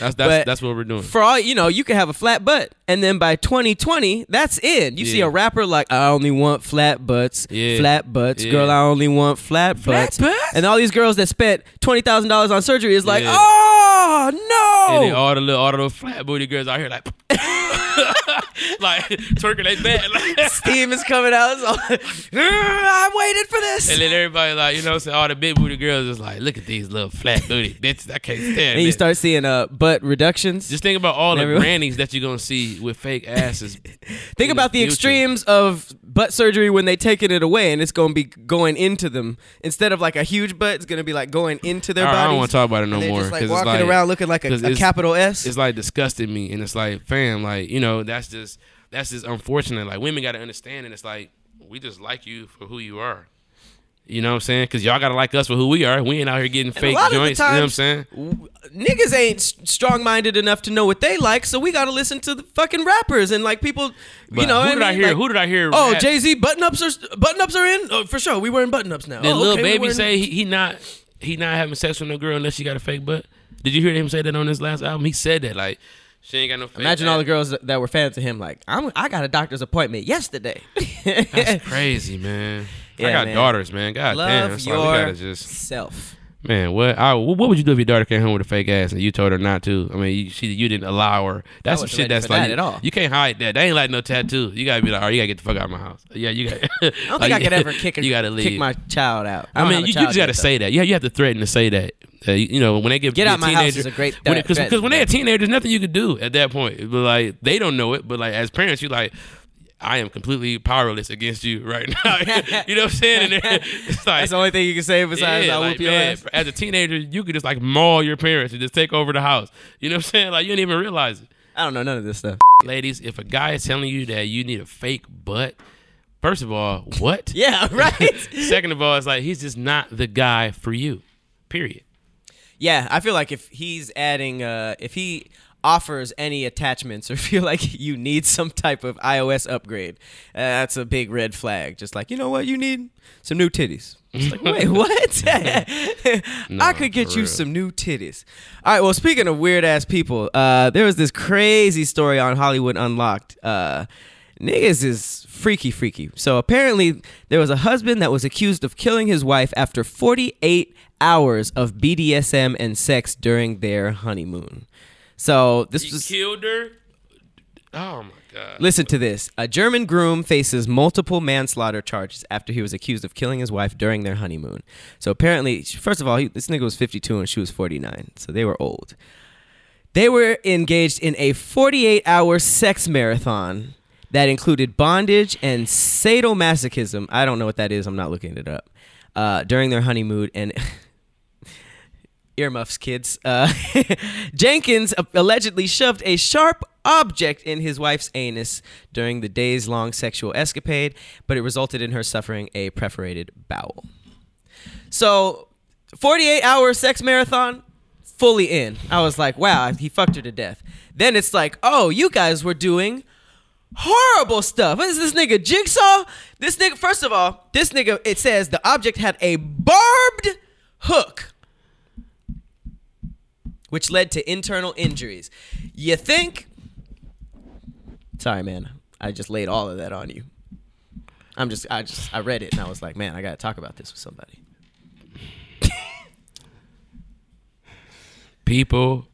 Speaker 1: That's that's
Speaker 2: But-
Speaker 1: that's what we're doing.
Speaker 2: For all you know, you could have a flat butt, and then by 2020, that's it. You see
Speaker 1: Yeah.
Speaker 2: a rapper like, "I only want flat butts,
Speaker 1: Yeah.
Speaker 2: flat butts,
Speaker 1: Yeah.
Speaker 2: girl. I only want flat, butts.
Speaker 1: butts?
Speaker 2: And all these girls that spent twenty thousand dollars on surgery is like,
Speaker 1: Yeah.
Speaker 2: "Oh no!"
Speaker 1: And then all the little all the little flat booty girls out here like like twerking their back like
Speaker 2: Steam is coming out. It's all, I waited for this.
Speaker 1: And then everybody like, you know what I'm saying? All the big booty girls is like, look at these little flat booty bitches. I can't stand
Speaker 2: and you
Speaker 1: this.
Speaker 2: start seeing uh butt reductions.
Speaker 1: Just think about all
Speaker 2: Never-
Speaker 1: the grannies that you're gonna see with fake asses.
Speaker 2: think
Speaker 1: in
Speaker 2: about the,
Speaker 1: future.
Speaker 2: extremes of butt surgery when they taking it away, and it's gonna be going into them instead of like a huge butt. It's gonna be like going into their
Speaker 1: I,
Speaker 2: bodies.
Speaker 1: I don't want to talk about it no
Speaker 2: and they're
Speaker 1: more.
Speaker 2: Just like
Speaker 1: 'cause
Speaker 2: walking
Speaker 1: it's like,
Speaker 2: around looking like a,
Speaker 1: 'cause
Speaker 2: a
Speaker 1: it's-
Speaker 2: capital S.
Speaker 1: It's like disgusting me, and it's like, fam, like you know, that's just that's just unfortunate. Like women got to understand, and it's like we just like you for who you are. You know what I'm saying? Because y'all gotta like us for who we are. We ain't out here getting
Speaker 2: a
Speaker 1: fake
Speaker 2: lot of the
Speaker 1: joints. you know what I'm
Speaker 2: times-
Speaker 1: saying?
Speaker 2: Niggas ain't strong minded enough to know what they like, so we gotta listen to the fucking rappers and like people.
Speaker 1: But
Speaker 2: you know,
Speaker 1: who
Speaker 2: what
Speaker 1: did I
Speaker 2: mean?
Speaker 1: hear?
Speaker 2: Like,
Speaker 1: who did I hear?
Speaker 2: Oh,
Speaker 1: rap?
Speaker 2: Jay Z button ups are button ups are in oh, for sure. We wearing button ups now.
Speaker 1: Did
Speaker 2: oh,
Speaker 1: Lil
Speaker 2: okay, we
Speaker 1: Baby
Speaker 2: wearing-
Speaker 1: say he, he not he not having sex with no girl unless she got a fake butt? Did you hear him say that on his last album? He said that like she ain't got no. Fake
Speaker 2: Imagine all the
Speaker 1: ass.
Speaker 2: girls that that were fans of him. Like I'm, I got a doctor's appointment yesterday.
Speaker 1: That's crazy, man.
Speaker 2: Yeah,
Speaker 1: I got
Speaker 2: man.
Speaker 1: daughters, man. God damn,
Speaker 2: Love
Speaker 1: it's like we gotta just
Speaker 2: yourself.
Speaker 1: man. What I, what would you do if your daughter came home with a fake ass and you told her not to? I mean, you, she you didn't allow her. That's some
Speaker 2: wasn't
Speaker 1: shit
Speaker 2: ready
Speaker 1: that's
Speaker 2: for
Speaker 1: like
Speaker 2: that at all.
Speaker 1: you can't hide that. They ain't like no tattoo. You gotta be like, all right, you gotta get the fuck out of my house. Yeah, you got. I don't
Speaker 2: I don't think I could ever kick, a,
Speaker 1: Oh, You gotta leave.
Speaker 2: kick my child out.
Speaker 1: I
Speaker 2: don't
Speaker 1: mean,
Speaker 2: have
Speaker 1: you,
Speaker 2: a
Speaker 1: you
Speaker 2: child
Speaker 1: just got to
Speaker 2: yet, though.
Speaker 1: say that. Yeah, you have to threaten to say that. Uh, you, you know, when they give
Speaker 2: Get
Speaker 1: be
Speaker 2: out my house
Speaker 1: teenager-
Speaker 2: is a great
Speaker 1: when it-
Speaker 2: threat- threat.
Speaker 1: because when they're a teenager, there's nothing you can do at that point. But like they don't know it. But like as parents, you like. I am completely powerless against you right now. you know what I'm saying? And they're- it's like,
Speaker 2: That's the only thing you can say besides
Speaker 1: yeah,
Speaker 2: I
Speaker 1: like,
Speaker 2: whoop your
Speaker 1: man,
Speaker 2: ass.
Speaker 1: As a teenager, you could just like maul your parents and just take over the house. You know what I'm saying? Like you didn't even realize it.
Speaker 2: I don't know none of this stuff.
Speaker 1: Ladies, if a guy is telling you that you need a fake butt, first of all, what?
Speaker 2: Yeah, right.
Speaker 1: Second of all, it's like he's just not the guy for you. Period.
Speaker 2: yeah, I feel like if he's adding, uh, if he offers any attachments or feel like you need some type of iOS upgrade, uh, that's a big red flag. Just like, you know what, you need some new titties. It's like, wait, what? I could get
Speaker 1: for
Speaker 2: you
Speaker 1: real.
Speaker 2: some new titties. All right, well, speaking of weird ass people, uh, there was this crazy story on Hollywood Unlocked. Uh, niggas is freaky, freaky. So apparently, there was a husband that was accused of killing his wife after 48 hours of BDSM and sex during their honeymoon. So this
Speaker 1: He
Speaker 2: was.
Speaker 1: killed her. Oh my god.
Speaker 2: Listen to this. A German groom faces multiple manslaughter charges after he was accused of killing his wife during their honeymoon. So apparently, first of all, he, this nigga was 52 and she was 49. So they were old. They were engaged in a 48 hour sex marathon that included bondage and sadomasochism. I don't know what that is. I'm not looking it up. Uh, during their honeymoon and earmuffs, kids. Uh, Jenkins allegedly shoved a sharp object in his wife's anus during the days long sexual escapade, but it resulted in her suffering a perforated bowel. So, 48 hour sex marathon, fully in. I was like, wow, he fucked her to death. Then it's like, oh, you guys were doing horrible stuff. What is this nigga jigsaw? This nigga, first of all, this nigga, it says the object had a barbed hook which led to internal injuries. You think? Sorry, man. I just laid all of that on you. I'm just, I just, I read it and I was like, man, I gotta talk about this with somebody.
Speaker 1: People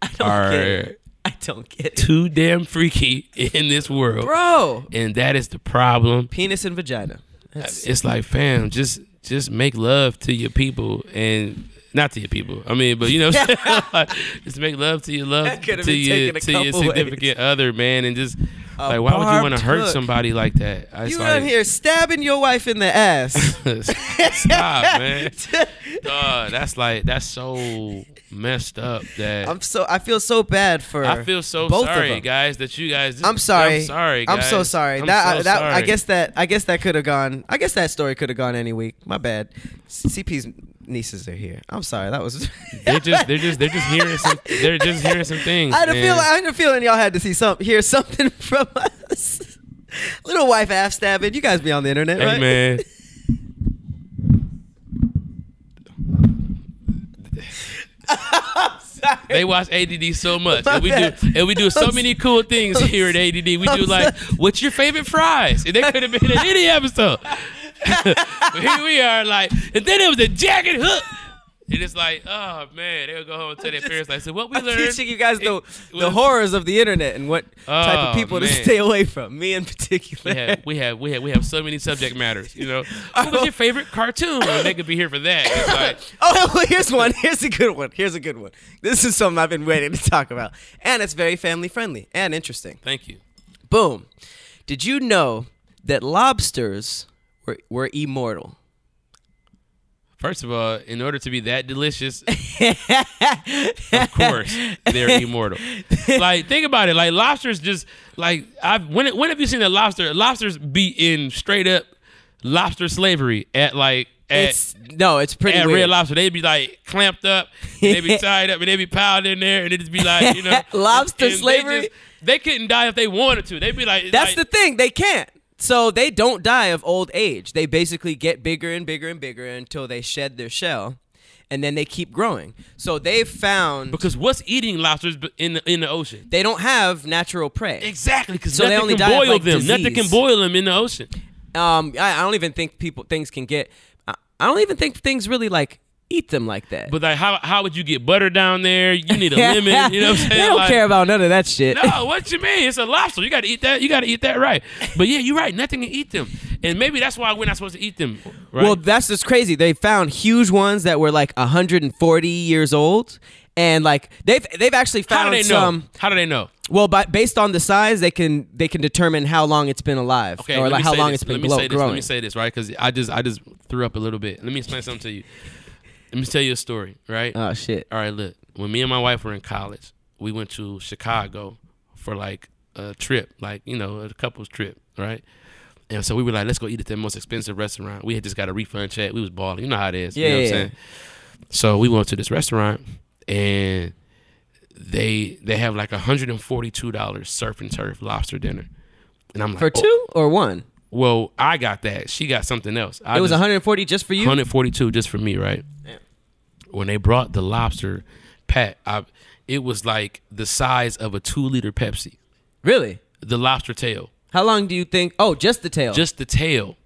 Speaker 2: I don't
Speaker 1: All
Speaker 2: get
Speaker 1: right.
Speaker 2: it. I don't get it,
Speaker 1: too damn freaky in this world,
Speaker 2: bro.
Speaker 1: and that is the problem.
Speaker 2: Penis and vagina. That's,
Speaker 1: It's like, fam, just just make love to your people and. Not to your people. I mean, but you know, what I'm saying? just make love to your love
Speaker 2: That
Speaker 1: to
Speaker 2: could've been
Speaker 1: your
Speaker 2: taken a
Speaker 1: to your
Speaker 2: couple ways.
Speaker 1: significant other, man, and just like, why would you want
Speaker 2: barbed
Speaker 1: to hurt
Speaker 2: hook.
Speaker 1: somebody like that? I
Speaker 2: you
Speaker 1: just
Speaker 2: out here stabbing your wife in the ass.
Speaker 1: Stop, Ah, man. Duh, that's like that's so messed up that
Speaker 2: I'm so, I feel so bad for.
Speaker 1: I feel so
Speaker 2: both of
Speaker 1: sorry,
Speaker 2: them.
Speaker 1: guys, that you guys.
Speaker 2: I'm sorry.
Speaker 1: I'm sorry.
Speaker 2: I'm so
Speaker 1: guys.
Speaker 2: sorry.
Speaker 1: I'm
Speaker 2: that,
Speaker 1: so
Speaker 2: I, that I
Speaker 1: sorry.
Speaker 2: guess that I guess that could have gone. I guess that story could have gone any week. My bad. CP's nieces are here. I'm sorry. That was.
Speaker 1: they're just they're just they're just hearing some they're just hearing some things.
Speaker 2: I had a
Speaker 1: man.
Speaker 2: feeling. I had a feeling y'all had to see some hear something from us. Little wife ass stabbing. You guys be on the internet,
Speaker 1: Hey
Speaker 2: right?
Speaker 1: man,
Speaker 2: I'm sorry.
Speaker 1: they watch ADD so much,
Speaker 2: My
Speaker 1: and we
Speaker 2: bad.
Speaker 1: do and we do so
Speaker 2: I'm
Speaker 1: many cool things here at ADD. We
Speaker 2: I'm
Speaker 1: do like, what's your favorite fries? And they could have been in any episode. but here we are, like, and then it was a jacket hook. And it's like, oh man, they'll go home and tell their
Speaker 2: just-
Speaker 1: parents, like, so what we
Speaker 2: I'm
Speaker 1: learned.
Speaker 2: teaching you guys the, the
Speaker 1: was-
Speaker 2: horrors of the internet and what type of
Speaker 1: Oh,
Speaker 2: people to
Speaker 1: man.
Speaker 2: stay away from. Me in particular.
Speaker 1: We have, we have, we have, we have so many subject matters. You know, what was your favorite cartoon? And they could be here for that. It's like,
Speaker 2: Oh, well, here's one. Here's a good one. Here's a good one. This is something I've been waiting to talk about. And it's very family friendly and interesting.
Speaker 1: thank you.
Speaker 2: Boom. Did you know that lobsters were, were immortal?
Speaker 1: First of all, in order to be that delicious, of course, they're immortal. Like, think about it. Like, lobsters just, like, I've, when, when have you seen a lobster? Lobsters be in straight up lobster slavery at, like, at,
Speaker 2: It's no, it's pretty
Speaker 1: at
Speaker 2: weird.
Speaker 1: Red Lobster. They'd be, like, clamped up, and they'd be tied up, and they'd be piled in there, and it'd just be like, you know.
Speaker 2: Lobster
Speaker 1: and they
Speaker 2: slavery?
Speaker 1: just- They, couldn't die if they wanted to. They'd be like,
Speaker 2: That's
Speaker 1: like,
Speaker 2: the thing. They can't. So they don't die of old age. They basically get bigger and bigger and bigger until they shed their shell, and then they keep growing. So they've found
Speaker 1: Because what's eating lobsters b- in the, in the ocean?
Speaker 2: they don't have natural prey.
Speaker 1: Exactly, because
Speaker 2: So they
Speaker 1: nothing
Speaker 2: only
Speaker 1: can
Speaker 2: die of,
Speaker 1: boil
Speaker 2: like,
Speaker 1: them. Nothing
Speaker 2: disease.
Speaker 1: can boil them in the ocean.
Speaker 2: Um, I, I don't even think people things can get. I, I don't even think things really like eat them like that.
Speaker 1: But like, how how would you get butter down there? You need a lemon. You know what I'm saying?
Speaker 2: they don't
Speaker 1: Like,
Speaker 2: care about none of that shit.
Speaker 1: No, what you mean? It's a lobster. You got to eat that. You got to eat that right. But yeah, you're right. Nothing can eat them, and maybe that's why we're not supposed to eat them. Right?
Speaker 2: Well, that's just crazy. They found huge ones that were like 140 years old, and like they've they've actually
Speaker 1: how
Speaker 2: found
Speaker 1: do they know?
Speaker 2: some.
Speaker 1: how do they know?
Speaker 2: Well, by, based on the size, they can they can determine how long it's been alive,
Speaker 1: Okay,
Speaker 2: or
Speaker 1: let
Speaker 2: like
Speaker 1: me
Speaker 2: how
Speaker 1: say
Speaker 2: long
Speaker 1: this.
Speaker 2: it's been
Speaker 1: let me
Speaker 2: glow-
Speaker 1: say this. Let
Speaker 2: growing.
Speaker 1: me say this right because I just I just threw up a little bit. Let me explain something to you. Let me tell you a story. Right.
Speaker 2: oh shit!
Speaker 1: All right, look. When me and my wife were in college, we went to Chicago for like a trip, like you know, a couple's trip, right? And so we were like, let's go eat at the most expensive restaurant. We had just got a refund check. We was balling. You know how it is.
Speaker 2: Yeah,
Speaker 1: you know
Speaker 2: yeah,
Speaker 1: what I'm saying? So we went to this restaurant and they they have like hundred and forty two dollars surf and turf lobster dinner, and I'm like,
Speaker 2: For
Speaker 1: oh,
Speaker 2: two or one?
Speaker 1: well, I got that. She got something else. I
Speaker 2: It was
Speaker 1: just-
Speaker 2: 140 just for you?
Speaker 1: 142 just for me, right? When they brought the lobster, Pat, I, it was like the size of a two liter Pepsi.
Speaker 2: Really?
Speaker 1: The lobster tail,
Speaker 2: How long do you think? Oh, just the tail.
Speaker 1: just the tail.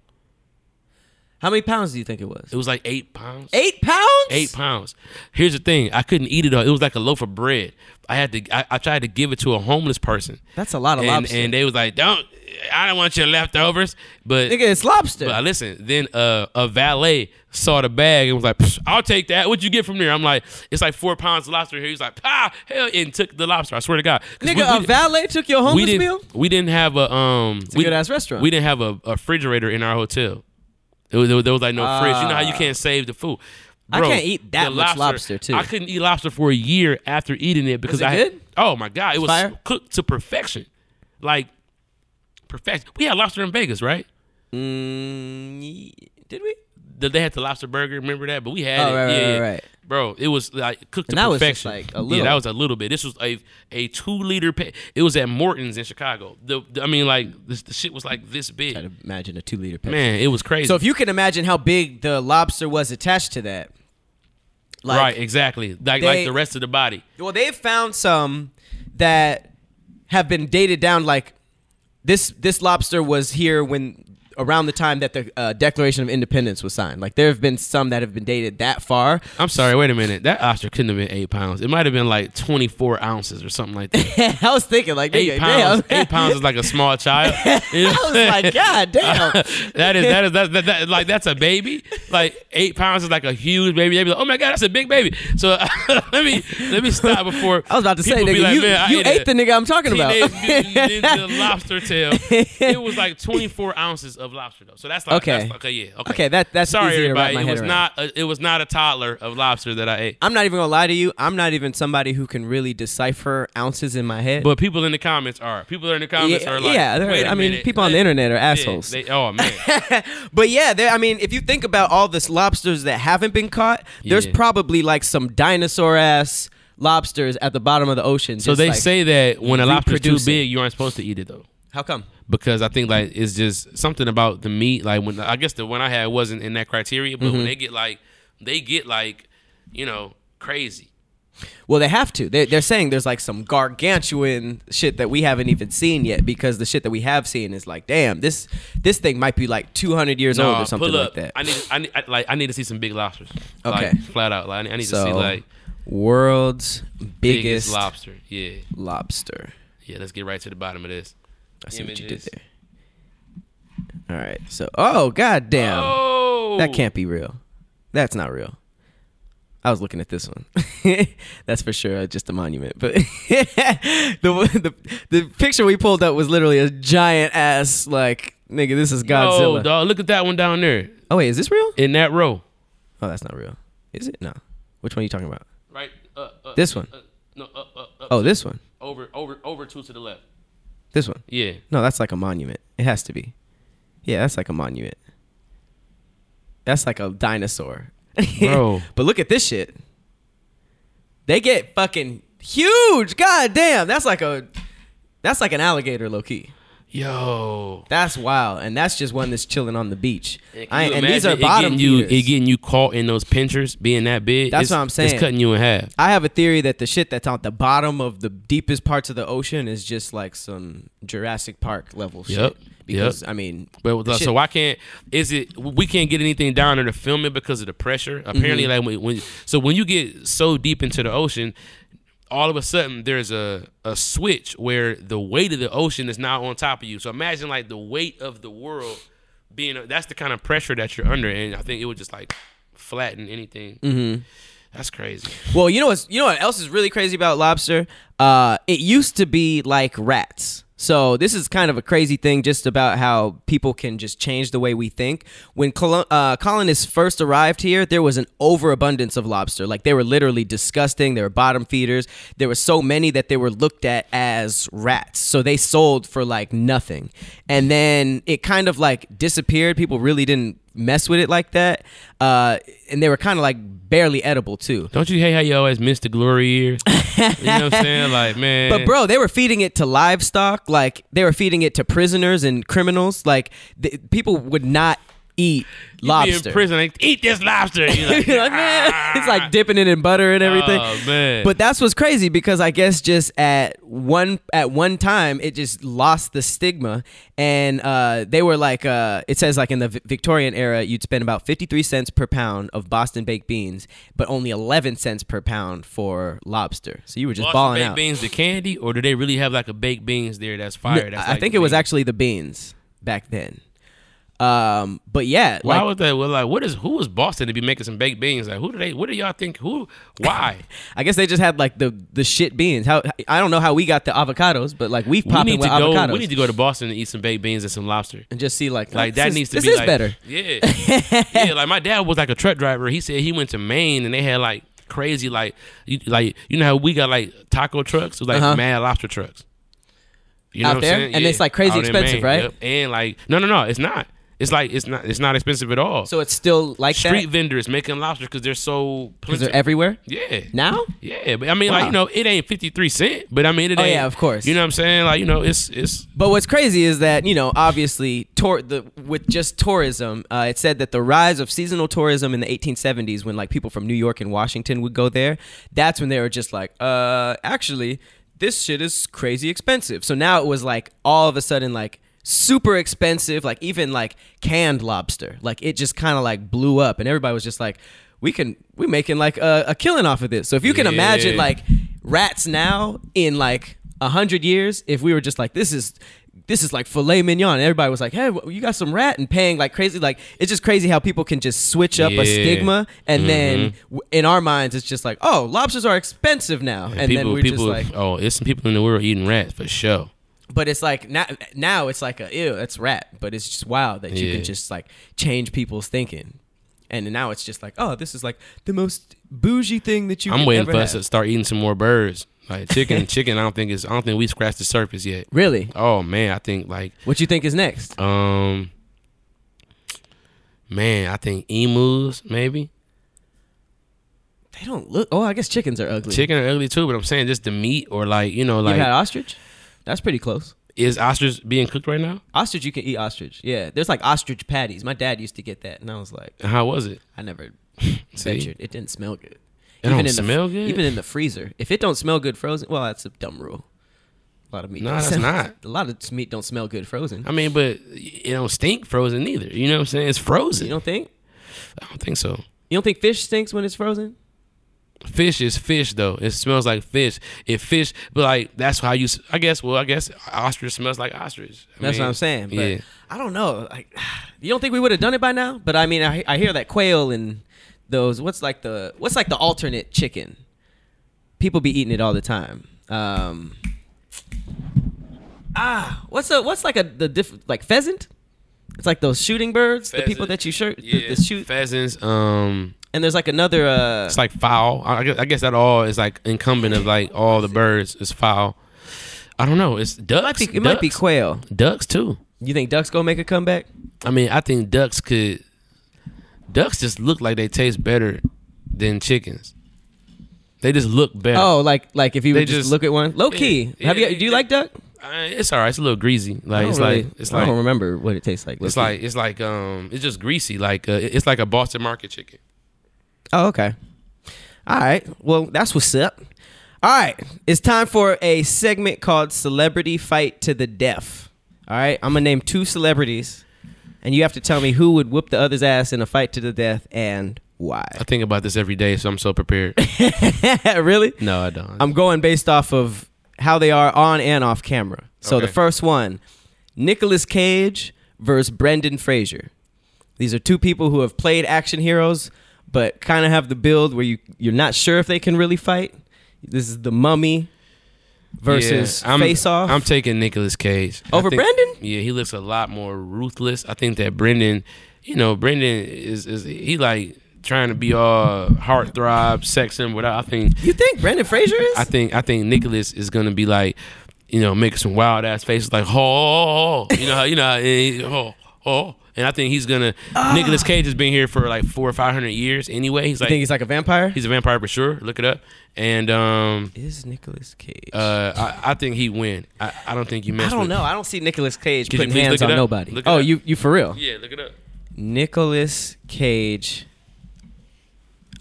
Speaker 2: How many pounds do you think it was?
Speaker 1: It was like eight pounds.
Speaker 2: Eight pounds?
Speaker 1: Eight pounds. Here's the thing: I couldn't eat it all. It was like a loaf of bread. I had to. I, I tried to give it to a homeless person,
Speaker 2: That's a lot of
Speaker 1: and,
Speaker 2: lobster.
Speaker 1: and they was like, "Don't! I don't want your leftovers." But
Speaker 2: Nigga, it's lobster.
Speaker 1: But I listen. Then uh, a valet saw the bag and was like, "Psh, "I'll take that." What'd you get from there? I'm like, "It's like four pounds of lobster here." He's like, "Ah, hell!" And took the lobster. I swear to God, 'Cause
Speaker 2: Nigga,
Speaker 1: we-
Speaker 2: a valet took your
Speaker 1: we,
Speaker 2: homeless
Speaker 1: didn't.
Speaker 2: meal?
Speaker 1: We didn't have a um.
Speaker 2: a good-ass restaurant.
Speaker 1: We didn't have a, a refrigerator in our hotel. It was, there was like no fridge. You know how you can't save the food.
Speaker 2: Ah. I
Speaker 1: Bro,
Speaker 2: can't eat that
Speaker 1: the
Speaker 2: much lobster, too.
Speaker 1: I couldn't eat lobster for a year after eating it because
Speaker 2: it
Speaker 1: I had-
Speaker 2: good?
Speaker 1: oh my god, it was
Speaker 2: Fire?
Speaker 1: cooked to perfection, like perfection. We had lobster in Vegas, right?
Speaker 2: Mm, ye- did we?
Speaker 1: that they had the lobster burger. Remember that? But we had
Speaker 2: Oh,
Speaker 1: it.
Speaker 2: right, right,
Speaker 1: yeah,
Speaker 2: right,
Speaker 1: yeah.
Speaker 2: right.
Speaker 1: Bro, it was like cooked
Speaker 2: And
Speaker 1: to
Speaker 2: that was just,
Speaker 1: perfection.
Speaker 2: like,
Speaker 1: Yeah,
Speaker 2: a little.
Speaker 1: that was a little bit. This was a a two liter. Pa- it was at Morton's in Chicago. The, the- I mean, like this, the shit was like this big.
Speaker 2: I'd imagine a two liter Pepsi.
Speaker 1: Man, it was crazy.
Speaker 2: So if you can imagine how big the lobster was attached to that, like,
Speaker 1: right, exactly. Like
Speaker 2: they-
Speaker 1: like the rest of the body.
Speaker 2: Well, they've found some that have been dated down. Like this, this lobster was here when around the time that the uh, Declaration of Independence was signed. Like there have been some that have been dated that far.
Speaker 1: I'm sorry. Wait a minute. That oyster couldn't have been eight pounds. It might have been like 24 ounces or something like that.
Speaker 2: I was thinking, like
Speaker 1: Eight
Speaker 2: nigga,
Speaker 1: pounds.
Speaker 2: damn.
Speaker 1: Eight pounds is like a small child. You know?
Speaker 2: I was like, God damn.
Speaker 1: that is that is that, that, that like that's a baby. Like eight pounds is like a huge baby. They be like, oh my god, that's a big baby. So let me let me stop before
Speaker 2: I was about to say,
Speaker 1: people be
Speaker 2: nigga,
Speaker 1: like,
Speaker 2: you,
Speaker 1: "Man, I
Speaker 2: you ate
Speaker 1: a
Speaker 2: the nigga I'm talking about.
Speaker 1: Teenage Mutant Ninja lobster tail. It was like 24 ounces of lobster though. So that's like
Speaker 2: Okay.
Speaker 1: that's- okay, yeah, okay.
Speaker 2: Okay, that- that's
Speaker 1: sorry
Speaker 2: easier to wrap
Speaker 1: everybody.
Speaker 2: my
Speaker 1: it
Speaker 2: head
Speaker 1: was
Speaker 2: around.
Speaker 1: not a, it was not a toddler of lobster that I ate.
Speaker 2: I'm not even gonna lie to you. I'm not even somebody who can really decipher ounces in my head.
Speaker 1: But people in the comments are people in the comments
Speaker 2: yeah,
Speaker 1: are like,
Speaker 2: yeah, they're-
Speaker 1: Wait a
Speaker 2: I mean,
Speaker 1: minute.
Speaker 2: people on the
Speaker 1: They-
Speaker 2: internet are
Speaker 1: yeah,
Speaker 2: assholes.
Speaker 1: they- oh man,
Speaker 2: but yeah, there. I mean, if you think about all this lobsters that haven't been caught, there's
Speaker 1: Yeah.
Speaker 2: probably like some dinosaur ass lobsters at the bottom of the ocean.
Speaker 1: so they say that when a lobster's too
Speaker 2: reproducing.
Speaker 1: big, you aren't supposed to eat it though.
Speaker 2: how come?
Speaker 1: because I think like it's just something about the meat. Like when I guess the one I had wasn't in that criteria, but
Speaker 2: Mm-hmm.
Speaker 1: when they get like they get like you know crazy.
Speaker 2: Well, they have to. They're, they're saying there's like some gargantuan shit that we haven't even seen yet because the shit that we have seen is like, damn, this this thing might be like 200 years old
Speaker 1: Nah,
Speaker 2: or something
Speaker 1: pull
Speaker 2: like
Speaker 1: up.
Speaker 2: that.
Speaker 1: I need I need I, like I need to see some big lobsters.
Speaker 2: Okay.
Speaker 1: like, flat out. Like I need, I need to see
Speaker 2: So,
Speaker 1: like
Speaker 2: world's biggest,
Speaker 1: biggest, lobster. Yeah,
Speaker 2: lobster.
Speaker 1: yeah. Let's get right to the bottom of this.
Speaker 2: I see what you did
Speaker 1: Images.
Speaker 2: there. All right. So, oh god damn.
Speaker 1: Oh,
Speaker 2: That can't be real. That's not real. I was looking at this one. That's for sure uh, just a monument. But the, the the picture we pulled up was literally a giant ass like nigga. This is
Speaker 1: Godzilla.
Speaker 2: Godzilla.
Speaker 1: Oh, dog, look at that one down there
Speaker 2: oh wait, is this real?
Speaker 1: in that row.
Speaker 2: Oh, that's not real. Is it? No. Which one are you talking about?
Speaker 1: Right. Uh, uh,
Speaker 2: This one.
Speaker 1: Uh, no. Up. Up. Up.
Speaker 2: Oh, this one.
Speaker 1: Over. Over. Over two to the left.
Speaker 2: This one.
Speaker 1: Yeah.
Speaker 2: No, that's like a monument. It has to be. Yeah, that's like a monument. That's like a dinosaur.
Speaker 1: Bro.
Speaker 2: but look at this shit. They get fucking huge. God damn. That's like a that's like an alligator low key.
Speaker 1: Yo.
Speaker 2: That's wild. And that's just one that's chilling on the beach.
Speaker 1: And, can
Speaker 2: I,
Speaker 1: you
Speaker 2: and these
Speaker 1: imagine
Speaker 2: are
Speaker 1: it
Speaker 2: bottom
Speaker 1: getting you,
Speaker 2: feeders.
Speaker 1: It getting you caught in those pinchers, being that big.
Speaker 2: That's
Speaker 1: it's-
Speaker 2: what I'm saying.
Speaker 1: It's cutting you in half.
Speaker 2: I have a theory that the shit that's at the bottom of the deepest parts of the ocean is just like some Jurassic Park level
Speaker 1: Yup,
Speaker 2: shit.
Speaker 1: yup.
Speaker 2: Because I mean,
Speaker 1: But
Speaker 2: shit-
Speaker 1: so why can't is it we can't get anything down there to film it because of the pressure? Apparently, like when, when so when you get so deep into the ocean, all of a sudden there's a a switch where the weight of the ocean is now on top of you. So imagine like the weight of the world being that's the kind of pressure that you're under, and I think it would just like flatten anything.
Speaker 2: Mm-hmm.
Speaker 1: That's crazy.
Speaker 2: Well, you know what's you know what else is really crazy about lobster? Uh, it used to be like rats. So this is kind of a crazy thing, just about how people can just change the way we think. When colo- uh, colonists first arrived here, there was an overabundance of lobster. Like they were literally disgusting. They were bottom feeders. There were so many that they were looked at as rats. So they sold for like nothing. And then it kind of like disappeared. People really didn't mess with it like that. Uh, and they were kind of like barely edible too.
Speaker 1: Don't you hate how you always miss the glory years? you know what I'm saying? Like, man.
Speaker 2: But bro, they were feeding it to livestock. Like they were feeding it to prisoners and criminals. Like the, people would not eat
Speaker 1: you be
Speaker 2: lobster.
Speaker 1: in prison, like, eat this lobster. You're like, "Ah."
Speaker 2: You're like, man, it's like dipping it in butter and everything.
Speaker 1: Oh, man.
Speaker 2: But that's what's crazy because I guess just at one at one time it just lost the stigma, and uh, they were like, uh, it says like in the Vi- Victorian era, you'd spend about fifty three cents per pound of Boston baked beans, but only eleven cents per pound for lobster. So you were just
Speaker 1: Boston
Speaker 2: balling
Speaker 1: baked
Speaker 2: out.
Speaker 1: beans the candy, or do they really have like a baked beans there that's fire? That's
Speaker 2: I
Speaker 1: like
Speaker 2: think
Speaker 1: the
Speaker 2: it was
Speaker 1: bean?
Speaker 2: actually the beans back then. Um, but yeah,
Speaker 1: Why
Speaker 2: like
Speaker 1: was that? Well, like, what is who was Boston to be making some baked beans? Like, who do they? What do y'all think? Who? Why?
Speaker 2: I guess they just had like the the shit beans. How I don't know how we got the avocados, but like we've
Speaker 1: we
Speaker 2: popping
Speaker 1: need to
Speaker 2: with
Speaker 1: go.
Speaker 2: avocados.
Speaker 1: We need to go to Boston and eat some baked beans and some lobster.
Speaker 2: and just see like
Speaker 1: Like that
Speaker 2: this is-
Speaker 1: needs to
Speaker 2: this
Speaker 1: be
Speaker 2: is
Speaker 1: like,
Speaker 2: better.
Speaker 1: Yeah, yeah. Like my dad was like a truck driver. He said he went to Maine and they had like crazy like you, like you know how we got like taco trucks, it was like
Speaker 2: Uh-huh.
Speaker 1: mad lobster trucks. You
Speaker 2: Out there? And it's, like, crazy
Speaker 1: Out in
Speaker 2: expensive,
Speaker 1: Maine,
Speaker 2: right?
Speaker 1: yep. And like no no no, it's not. It's like it's not it's not expensive at all.
Speaker 2: So it's still like
Speaker 1: Street
Speaker 2: that
Speaker 1: vendors making lobster because they're so
Speaker 2: because
Speaker 1: plentiful.
Speaker 2: they're everywhere
Speaker 1: yeah.
Speaker 2: now.
Speaker 1: Yeah, but I mean, like
Speaker 2: Wow.
Speaker 1: you know, it ain't fifty three cent, but I mean, it
Speaker 2: Oh,
Speaker 1: ain't.
Speaker 2: yeah, of course.
Speaker 1: You know what I'm saying? Like you know, it's it's
Speaker 2: But what's crazy is that you know, obviously, tour the with just tourism, uh, it said that the rise of seasonal tourism in the 1870s, when like people from New York and Washington would go there, that's when they were just like, uh, actually, this shit is crazy expensive. So now it was like all of a sudden like super expensive, like even like canned lobster, like it just kind of like blew up, and everybody was just like, we can we making like a, a killing off of this. So if you can imagine
Speaker 1: Yeah.
Speaker 2: like rats now in like a hundred years if we were just like this is this is like filet mignon and everybody was like hey wh- you got some rat and paying like crazy like it's just crazy how people can just switch up
Speaker 1: Yeah. Mm-hmm.
Speaker 2: a stigma and then w- in our minds it's just like oh lobsters are expensive now and,
Speaker 1: people
Speaker 2: then we're
Speaker 1: people.
Speaker 2: just like
Speaker 1: oh, it's some people in the world eating rats for sure.
Speaker 2: but it's like now, now it's like a ew that's rat but it's just wild that you
Speaker 1: Yeah.
Speaker 2: can just like change people's thinking and now it's just like oh this is like the most bougie thing that you
Speaker 1: I'm
Speaker 2: could
Speaker 1: waiting
Speaker 2: ever
Speaker 1: for us
Speaker 2: have.
Speaker 1: to start eating some more birds. Like chicken, chicken. I don't think it's. I don't think we scratched the surface yet.
Speaker 2: really
Speaker 1: Oh man, I think like
Speaker 2: what you think is next
Speaker 1: um, man, I think emus maybe.
Speaker 2: they don't look oh i guess chickens are ugly
Speaker 1: Chicken are ugly too, but I'm saying just the meat or like you know
Speaker 2: you
Speaker 1: like
Speaker 2: had ostrich? That's pretty close.
Speaker 1: is ostrich being cooked right now?
Speaker 2: Ostrich, you can eat ostrich. Yeah, there's like ostrich patties. My dad used to get that, and I was like,
Speaker 1: How was it?
Speaker 2: I never
Speaker 1: See?
Speaker 2: ventured. It didn't smell good.
Speaker 1: It don't
Speaker 2: in the,
Speaker 1: smell good?
Speaker 2: Even in the freezer, if it don't smell good frozen, well, that's a dumb rule. A lot of meat.
Speaker 1: No,
Speaker 2: don't
Speaker 1: that's
Speaker 2: smell-
Speaker 1: not.
Speaker 2: A lot of meat don't smell good frozen.
Speaker 1: I mean, but it don't stink frozen either. You know what I'm saying? It's frozen.
Speaker 2: You don't think?
Speaker 1: I don't think so.
Speaker 2: You don't think fish stinks when it's frozen?
Speaker 1: Fish is fish though. It smells like fish. If fish, but like that's how you. s- I guess. Well, I guess ostrich smells like ostrich. I
Speaker 2: That's
Speaker 1: mean,
Speaker 2: what I'm saying. But
Speaker 1: yeah.
Speaker 2: I don't know. Like, you don't think we would have done it by now? But I mean, I, I hear that quail and those. What's like the what's like the alternate chicken? People be eating it all the time. Um, ah, what's a what's like a the diff like pheasant? It's like those shooting birds, the people
Speaker 1: Pheasant.
Speaker 2: that you shoot, the-
Speaker 1: Yeah.
Speaker 2: the, shoot,
Speaker 1: Pheasants. Um,
Speaker 2: and there's like another. Uh,
Speaker 1: it's like fowl. I I guess, I guess that all is like incumbent of like all the birds is fowl. I don't know. It's ducks.
Speaker 2: it might be, it might be
Speaker 1: ducks.
Speaker 2: quail.
Speaker 1: ducks too.
Speaker 2: You think ducks gonna make a comeback?
Speaker 1: I mean, I think ducks could. Ducks just look like they taste better than chickens. They just look better.
Speaker 2: Oh, like like if you
Speaker 1: They
Speaker 2: would just,
Speaker 1: just-
Speaker 2: look at one, low
Speaker 1: yeah,
Speaker 2: key. Have
Speaker 1: yeah,
Speaker 2: you do you like duck?
Speaker 1: Uh, it's all right. It's a little greasy. Like it's
Speaker 2: really-
Speaker 1: like it's
Speaker 2: I don't
Speaker 1: like
Speaker 2: remember what it tastes like.
Speaker 1: it's
Speaker 2: low-key.
Speaker 1: like it's like um it's just greasy. Like uh, it's like a Boston market chicken.
Speaker 2: Oh, okay. All right. Well, that's what's up. All right. It's time for a segment called Celebrity Fight to the Death. All right. I'm going to name two celebrities, and you have to tell me who would whoop the other's ass in a fight to the death and why.
Speaker 1: I think about this every day, so I'm so prepared.
Speaker 2: really?
Speaker 1: no, I don't.
Speaker 2: I'm going based off of how they are on and off camera. So
Speaker 1: Okay.
Speaker 2: the first one Nicolas Cage versus Brendan Fraser. These are two people who have played action heroes, but kind of have the build where you you're not sure if they can really fight. This is the Mummy versus
Speaker 1: Yeah, I'm-
Speaker 2: Face Off.
Speaker 1: I'm taking Nicolas Cage I
Speaker 2: Over
Speaker 1: think-
Speaker 2: Brendan?
Speaker 1: Yeah, he looks a lot more ruthless. I think that Brendan, you know, Brendan is is he like trying to be all heartthrob, sexing without. I think
Speaker 2: you think Brendan Fraser is?
Speaker 1: I think I think Nicholas is gonna be like, you know, make some wild ass faces like, oh, you know, how you know, how- eh, oh, oh. And I think he's gonna.
Speaker 2: Ah.
Speaker 1: Nicholas Cage has been here for like four or five hundred years anyway. He's
Speaker 2: I think
Speaker 1: like
Speaker 2: he's like a vampire.
Speaker 1: he's a vampire for sure. Look it up. And um,
Speaker 2: is Nicolas Cage?
Speaker 1: uh, I, I think he win. I, I don't think you
Speaker 2: I
Speaker 1: mess.
Speaker 2: don't
Speaker 1: with-
Speaker 2: know. I don't see Nicolas Cage
Speaker 1: Could you
Speaker 2: putting
Speaker 1: please look
Speaker 2: hands
Speaker 1: it
Speaker 2: on
Speaker 1: up?
Speaker 2: nobody.
Speaker 1: Look it
Speaker 2: Oh,
Speaker 1: up.
Speaker 2: you you for real?
Speaker 1: Yeah, look it up.
Speaker 2: Nicolas Cage.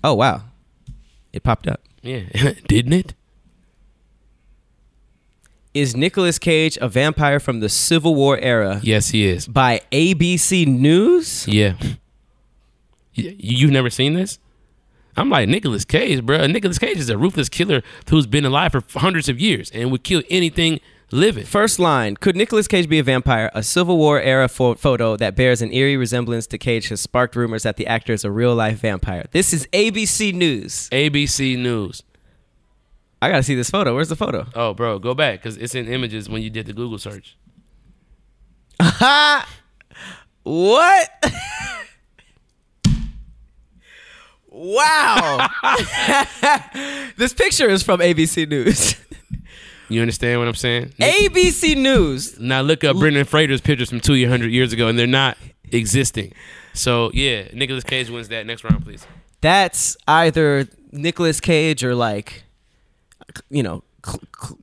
Speaker 2: Oh wow, it popped up.
Speaker 1: Yeah, didn't it?
Speaker 2: Is Nicolas Cage a vampire from the Civil War era?
Speaker 1: Yes, he is.
Speaker 2: By ABC News.
Speaker 1: Yeah. Y- You've never seen this? I'm like Nicolas Cage, bro. Nicolas Cage is a ruthless killer who's been alive for hundreds of years and would kill anything living.
Speaker 2: First line: Could Nicolas Cage be a vampire? A Civil War era fo- photo that bears an eerie resemblance to Cage has sparked rumors that the actor is a real life vampire. This is ABC News.
Speaker 1: ABC News.
Speaker 2: I gotta see this photo. Where's the photo?
Speaker 1: Oh, bro, go back because it's in images when you did the Google search.
Speaker 2: Ha! What? wow. this picture is from ABC News.
Speaker 1: You understand what I'm saying? Nick-
Speaker 2: ABC News.
Speaker 1: now look up Brendan Frater's pictures from two hundred years ago, and they're not existing. So yeah, Nicolas Cage wins that next round, please.
Speaker 2: That's either Nicolas Cage or like, you know, Cl- Cl-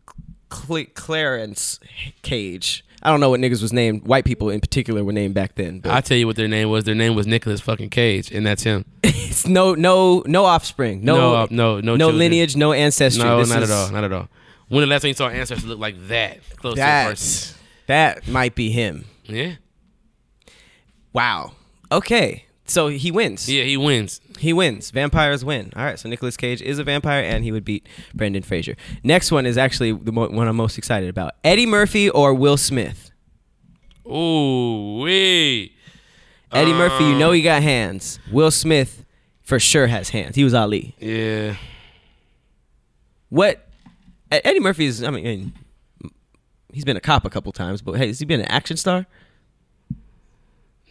Speaker 2: Cl- Clarence Cage. I don't know what niggas was named. White people in particular were named back then. But
Speaker 1: I tell you what their name was. Their name was Nicolas fucking Cage, and that's him.
Speaker 2: it's no, no, no offspring. No,
Speaker 1: No, uh, no, no children.
Speaker 2: lineage. No ancestry.
Speaker 1: No,
Speaker 2: This
Speaker 1: not
Speaker 2: is-
Speaker 1: at all. Not at all. When the last time you saw an ancestor look like that close to a person?
Speaker 2: That's that might be him.
Speaker 1: Yeah.
Speaker 2: Wow. Okay. So he wins.
Speaker 1: Yeah, he wins.
Speaker 2: He wins. Vampires win. All right. So Nicolas Cage is a vampire, and he would beat Brendan Fraser. Next one is actually the mo- one I'm most excited about: Eddie Murphy or Will Smith.
Speaker 1: Ooh, wee.
Speaker 2: Eddie Murphy, you know he got hands. Will Smith, for sure has hands. He was Ali.
Speaker 1: Yeah.
Speaker 2: What? E- Eddie Murphy is. I mean, I mean, he's been a cop a couple times, but hey, has he been an action star?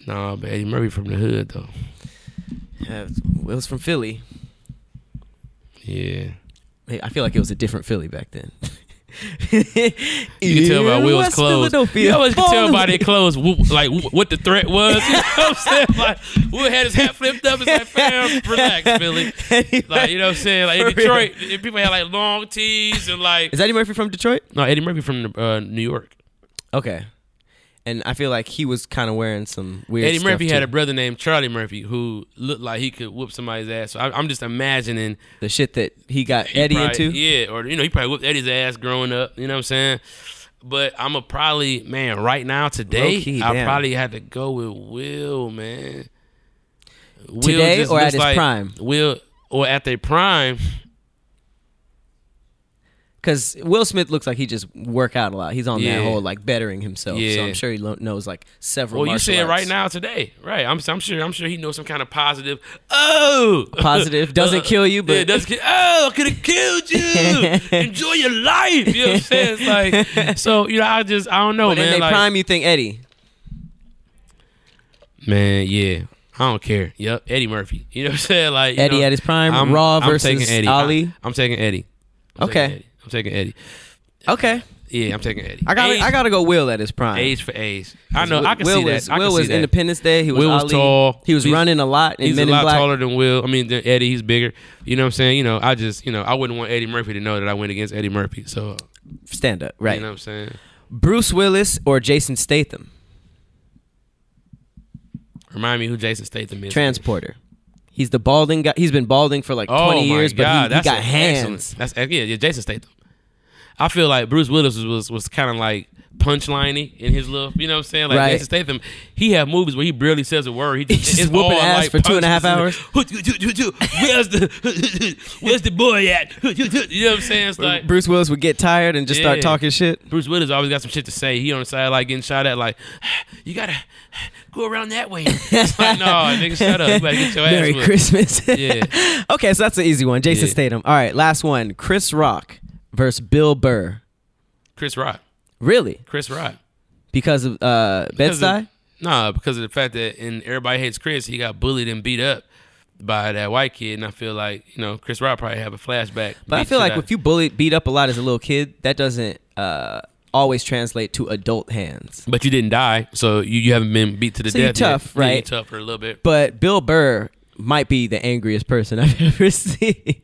Speaker 1: No, but Eddie Murphy from the hood though.
Speaker 2: Uh, Will's from Philly.
Speaker 1: Yeah.
Speaker 2: Hey, I feel like it was a different Philly back then.
Speaker 1: You can tell by Will's clothes. You always can tell by their
Speaker 2: the
Speaker 1: clothes, wh- like wh- what the threat was. You know what I'm saying? Like, Will had his hat flipped up. It's like, fam, relax, Philly. Like, you know what I'm saying? Like, in
Speaker 2: For real.
Speaker 1: Detroit, if people had like long tees and like.
Speaker 2: Is Eddie Murphy from Detroit?
Speaker 1: No, Eddie Murphy from uh, New York.
Speaker 2: Okay. And I feel like he was kind of wearing some weird.
Speaker 1: Eddie
Speaker 2: stuff,
Speaker 1: Murphy had
Speaker 2: too.
Speaker 1: a brother named Charlie Murphy who looked like he could whoop somebody's ass. So I, I'm just imagining
Speaker 2: the shit that he got
Speaker 1: he
Speaker 2: Eddie
Speaker 1: probably-
Speaker 2: into.
Speaker 1: Yeah, or you know, he probably whooped Eddie's ass growing up. You know what I'm saying? But I'm a probably man right now today.
Speaker 2: Low-key,
Speaker 1: I
Speaker 2: damn.
Speaker 1: probably had to go with Will, man. Will
Speaker 2: Today
Speaker 1: just
Speaker 2: or at
Speaker 1: looks
Speaker 2: his prime?
Speaker 1: Will or at their prime.
Speaker 2: Because Will Smith looks like he just work out a lot. He's on
Speaker 1: Yeah.
Speaker 2: that whole like bettering himself. So
Speaker 1: Yeah.
Speaker 2: I'm sure he lo- knows like several.
Speaker 1: Well, you
Speaker 2: martial
Speaker 1: say it
Speaker 2: arts.
Speaker 1: right now today, right? I'm, I'm sure. I'm sure he knows some kind of positive. Oh,
Speaker 2: Positive. Doesn't kill you, but-
Speaker 1: yeah, doesn't kill. Oh, I could have killed you. Enjoy your life. You know what I'm saying? It's like so. You know, I just I don't know,
Speaker 2: But
Speaker 1: man.
Speaker 2: in their
Speaker 1: like-
Speaker 2: prime, you think Eddie?
Speaker 1: Man, yeah. I don't care. Yep, Eddie Murphy. You know what I'm saying? Like you
Speaker 2: Eddie
Speaker 1: know,
Speaker 2: at his prime, Raw versus
Speaker 1: taking Eddie.
Speaker 2: Ali.
Speaker 1: I, am taking Eddie. I'm
Speaker 2: Okay.
Speaker 1: taking Eddie. I'm taking Eddie.
Speaker 2: Okay,
Speaker 1: Yeah, I'm taking Eddie.
Speaker 2: I got.
Speaker 1: Age-
Speaker 2: I got to go. Will at his prime.
Speaker 1: age for age. I know. I can
Speaker 2: Will
Speaker 1: see
Speaker 2: was,
Speaker 1: that. I
Speaker 2: Will
Speaker 1: can
Speaker 2: was
Speaker 1: see that.
Speaker 2: Independence Day. He was,
Speaker 1: Will was
Speaker 2: Ali.
Speaker 1: tall.
Speaker 2: He was
Speaker 1: He's-
Speaker 2: running a lot in
Speaker 1: He's
Speaker 2: Men
Speaker 1: a lot
Speaker 2: in Black.
Speaker 1: taller than Will. I mean, than Eddie. He's bigger. You know what I'm saying? You know, I just, you know, I wouldn't want Eddie Murphy to know that I went against Eddie Murphy. So,
Speaker 2: Stand up, right?
Speaker 1: you know what I'm saying?
Speaker 2: Bruce Willis or Jason Statham?
Speaker 1: Remind me who Jason Statham is.
Speaker 2: Transporter. He's the balding guy. He's been balding for like
Speaker 1: Oh
Speaker 2: 20
Speaker 1: my
Speaker 2: years,
Speaker 1: God,
Speaker 2: but he, he
Speaker 1: that's
Speaker 2: got
Speaker 1: an
Speaker 2: hands.
Speaker 1: excellent- That's ex- yeah, yeah, Jason Statham. I feel like Bruce Willis was was, was kind of like punchliney in his little, you know what I'm saying? Like
Speaker 2: Right.
Speaker 1: Jason Statham, he had movies where he barely says a word. He just,
Speaker 2: He's just
Speaker 1: it's
Speaker 2: whooping
Speaker 1: all
Speaker 2: ass
Speaker 1: like
Speaker 2: for two and a half
Speaker 1: punches. Where's the where's the boy at? You know what I'm saying? It's like
Speaker 2: Bruce Willis would get tired and just start
Speaker 1: Yeah.
Speaker 2: talking shit.
Speaker 1: Bruce Willis always got some shit to say. He on the side like getting shot at, like you gotta go around that way. It's like no, nigga, shut up. You better get your ass
Speaker 2: Merry
Speaker 1: whooped.
Speaker 2: Christmas.
Speaker 1: Yeah.
Speaker 2: okay, so that's an easy one. Jason
Speaker 1: Yeah.
Speaker 2: Statham. All right, last one. Chris Rock versus Bill Burr.
Speaker 1: Chris Rock.
Speaker 2: Really?
Speaker 1: Chris Rock.
Speaker 2: Because of uh,
Speaker 1: Because of-
Speaker 2: Bed-Stuy?
Speaker 1: Nah, because of the fact that in Everybody Hates Chris, he got bullied and beat up by that white kid, and I feel like you know Chris Rock probably have a flashback.
Speaker 2: But I
Speaker 1: Beat shit
Speaker 2: feel like
Speaker 1: out-
Speaker 2: if you bully beat up a lot as a little kid, that doesn't uh always translate to adult hands.
Speaker 1: But you didn't die, so you, you haven't been beat to the
Speaker 2: So
Speaker 1: death.
Speaker 2: you
Speaker 1: yet.
Speaker 2: tough,
Speaker 1: Yeah, you
Speaker 2: right?
Speaker 1: tough for a little bit.
Speaker 2: But Bill Burr might be the angriest person I've ever seen.